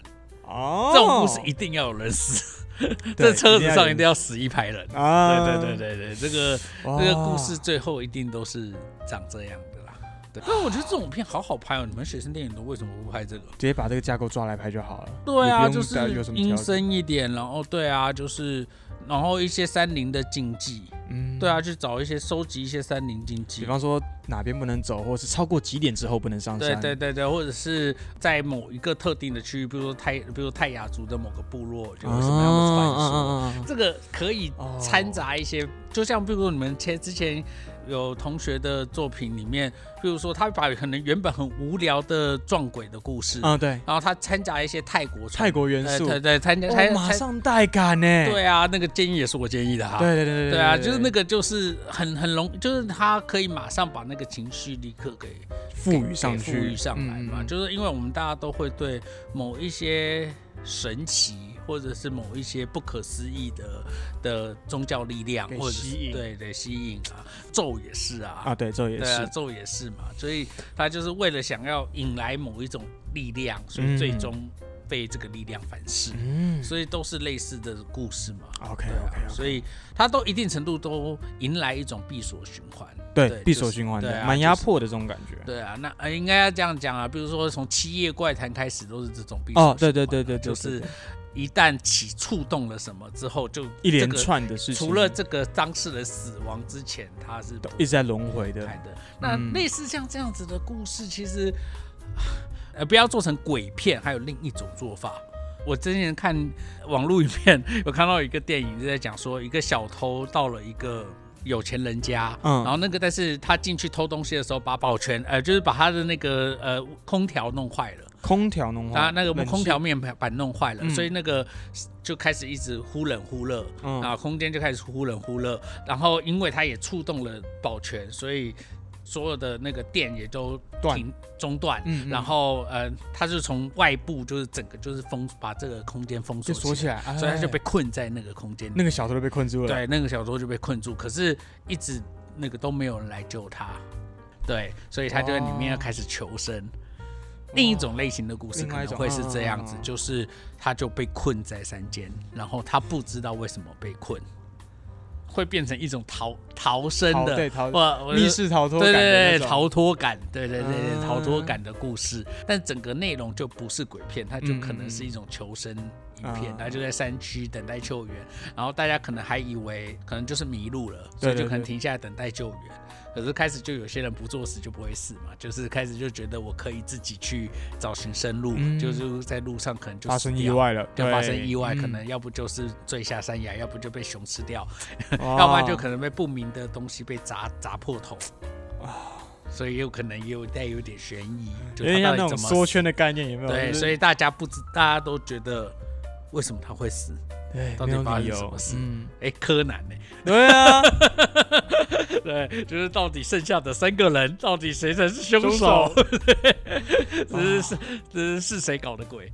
S2: 哦，
S1: 这种故事一定要有人死， 这车子上一定要死一排人。
S2: 要啊，
S1: 对对对对对，这个
S2: 哇，
S1: 这个故
S2: 哦
S1: 事最后一定都是长这样的啦。对，但我觉得这种片好好拍哦。你们学生电影都为什么不拍这个？
S2: 直接把这个架构抓来拍就好了。
S1: 对啊，
S2: 也不
S1: 就
S2: 用
S1: 是
S2: 带有什么
S1: 阴
S2: 条件，
S1: 森一点，然后对啊，就是然后一些山林的禁忌，
S2: 嗯，
S1: 对啊，去找一些收集一些山林禁忌
S2: 比。方说哪边不能走，或是超过几点之后不能上
S1: 对
S2: 山。
S1: 对对对，或者是在某一个特定的区域，比如说泰，比如说泰雅族的某个部落，
S2: 啊
S1: 就有什么样的传说。
S2: 说？
S1: 这个可以
S2: 哦
S1: 掺杂一些，就像比如说你们前之前有同学的作品里面，比如说他把可能原本很无聊的撞鬼的故事，
S2: 嗯，对，
S1: 然后他掺杂一些泰国传呃
S2: 泰国元素，
S1: 对对对，参加
S2: 哦
S1: 参
S2: 马
S1: 参，
S2: 上带感呢。
S1: 对啊，那个建议也是我建议的哈。
S2: 对对对对
S1: 对啊，就是那个，就是很很容，就是他可以马上把那个情绪立刻给
S2: 赋予上去，
S1: 赋予上来嘛。
S2: 嗯嗯嗯
S1: 就是因为我们大家都会对某一些神奇，或者是某一些不可思议的的宗教力量，
S2: 给
S1: 或者
S2: 吸
S1: 是
S2: 引
S1: 对对吸引啊，咒也是啊，
S2: 啊，对，这也
S1: 对啊，
S2: 是
S1: 咒也是嘛。所以他就是为了想要引来某一种力量，所以
S2: 嗯
S1: 最终被这个力量反噬。
S2: 嗯
S1: 所以都是类似的故事嘛。
S2: ，OK
S1: 对啊
S2: OK，
S1: 所以它都一定程度都迎来一种闭锁循环。
S2: 对，闭
S1: 就是
S2: 锁循环
S1: 对
S2: 的，
S1: 啊
S2: 蛮压
S1: 就是
S2: 迫的这种感觉。
S1: 对啊，那呃应该要这样讲啊，比如说从《七夜怪谈》开始都是这种闭锁
S2: 哦，对
S1: 循
S2: 对
S1: 环
S2: 对对，对
S1: 啊就
S2: 对
S1: 是
S2: 对
S1: 一旦起触动了什么之后，就
S2: 一
S1: 这
S2: 连
S1: 个
S2: 串的事情，
S1: 除了这个当事人死亡之前，他是
S2: 都
S1: 不
S2: 一直在轮回的
S1: 拍的。那
S2: 嗯
S1: 类似像这样子的故事，其实 呃不要做成鬼片，还有另一种做法。我之前看网络影片，有看到一个电影就在讲说，一个小偷到了一个有钱人家，
S2: 嗯
S1: 然后那个但是他进去偷东西的时候，把保全呃就是把他的那个呃空调弄坏了。
S2: 空调弄坏
S1: 他，啊那个
S2: 哦冷
S1: 空
S2: 气
S1: 调面板弄坏了，
S2: 嗯
S1: 所以那个就开始一直忽冷忽热，
S2: 嗯
S1: 啊，空间就开始忽冷忽热。然后因为它也触动了保全，所以所有的那个电也都
S2: 断
S1: 停中断。
S2: 嗯嗯
S1: 然后呃，它就从外部就是整个就是封把这个空间封
S2: 就
S1: 锁
S2: 锁起
S1: 来，
S2: 来，
S1: 所以他就
S2: 哎
S1: 被困在那个空间里。
S2: 那个小偷都被困住了。
S1: 对，那个小偷就被困住，可是一直那个都没有人来救他，对，所以他就在里面要开始求生。另一种类型的故事
S2: 哦另
S1: 可
S2: 外一
S1: 能
S2: 种
S1: 会是这样子
S2: 嗯嗯，嗯
S1: 就是他就被困在山间，然后他不知道为什么被困，会变成一种逃逃生
S2: 逃
S1: 的
S2: 对逃
S1: 或或者
S2: 密室逃脱
S1: 对
S2: 感的
S1: 对对
S2: 那种
S1: 逃脱感，对对对对
S2: 啊
S1: 逃脱感的故事，但整个内容就不是鬼片，它就可能是一种求生影片
S2: 嗯嗯嗯，
S1: 它就在山区等待救援，然后大家可能还以为可能就是迷路了，所
S2: 对对
S1: 以就可能
S2: 对
S1: 停下来等待救援。可是开始就有些人不作死就不会死嘛，就是开始就觉得我可以自己去找寻生路，
S2: 嗯
S1: 就是在路上可能就
S2: 发
S1: 死
S2: 生意
S1: 掉。
S2: 外了，
S1: 就
S2: 对嗯
S1: 发生意外，可能要不就是坠下山崖，要不就被熊吃掉， 要不然就可能被不明的东西被砸砸破头所以有可能也有带有点悬疑，就
S2: 有
S1: 他
S2: 点像
S1: 到底
S2: 那种
S1: 怎么
S2: 缩
S1: 死
S2: 圈啊的概念，有没有？
S1: 对，所
S2: 以
S1: 以大家不知，大家都觉得为什么他会死？
S2: 对，
S1: 到
S2: 哎
S1: 底
S2: 没有
S1: 发
S2: 理
S1: 生什
S2: 由
S1: 么事 哦
S2: 嗯，
S1: 哎，柯南呢、
S2: 对啊，
S1: 对，就是到底剩下的三个人，到底谁才是凶
S2: 凶
S1: 手
S2: 手？
S1: 这是是 这是谁搞的鬼？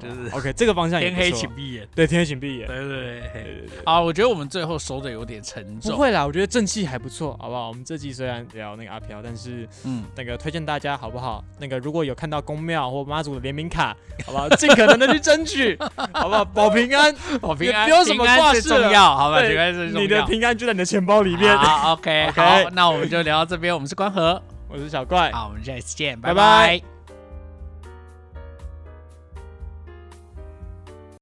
S1: 对，就是
S2: ，OK，这个方向也
S1: 天
S2: 不
S1: 黑
S2: 错
S1: 请闭眼。
S2: 对，天黑请闭眼。
S1: 对对对
S2: 对
S1: 对。
S2: 对对
S1: 啊，我觉得我们最后收的有点沉
S2: 不
S1: 重。
S2: 会啦，我觉得正气还不错，好不好？我们这季虽然聊那个阿飘，但是
S1: 嗯，
S2: 那个推荐大家好不好？那个如果有看到公庙或妈祖的联名卡，好不好？尽可能的去争取，好不好？保平安，
S1: 哦，平安，
S2: 也不用什么
S1: 平安
S2: 挂
S1: 最
S2: 饰
S1: 重
S2: 了
S1: 要，好吧？
S2: 对
S1: 平安最重要。
S2: 你的平安就在你的钱包里面。
S1: 好，OK，
S2: OK
S1: 好，那我们就聊到这边，我们是关河，
S2: 我是小怪，
S1: 好，我们下一次见，
S2: 拜
S1: 拜
S2: 拜
S1: 拜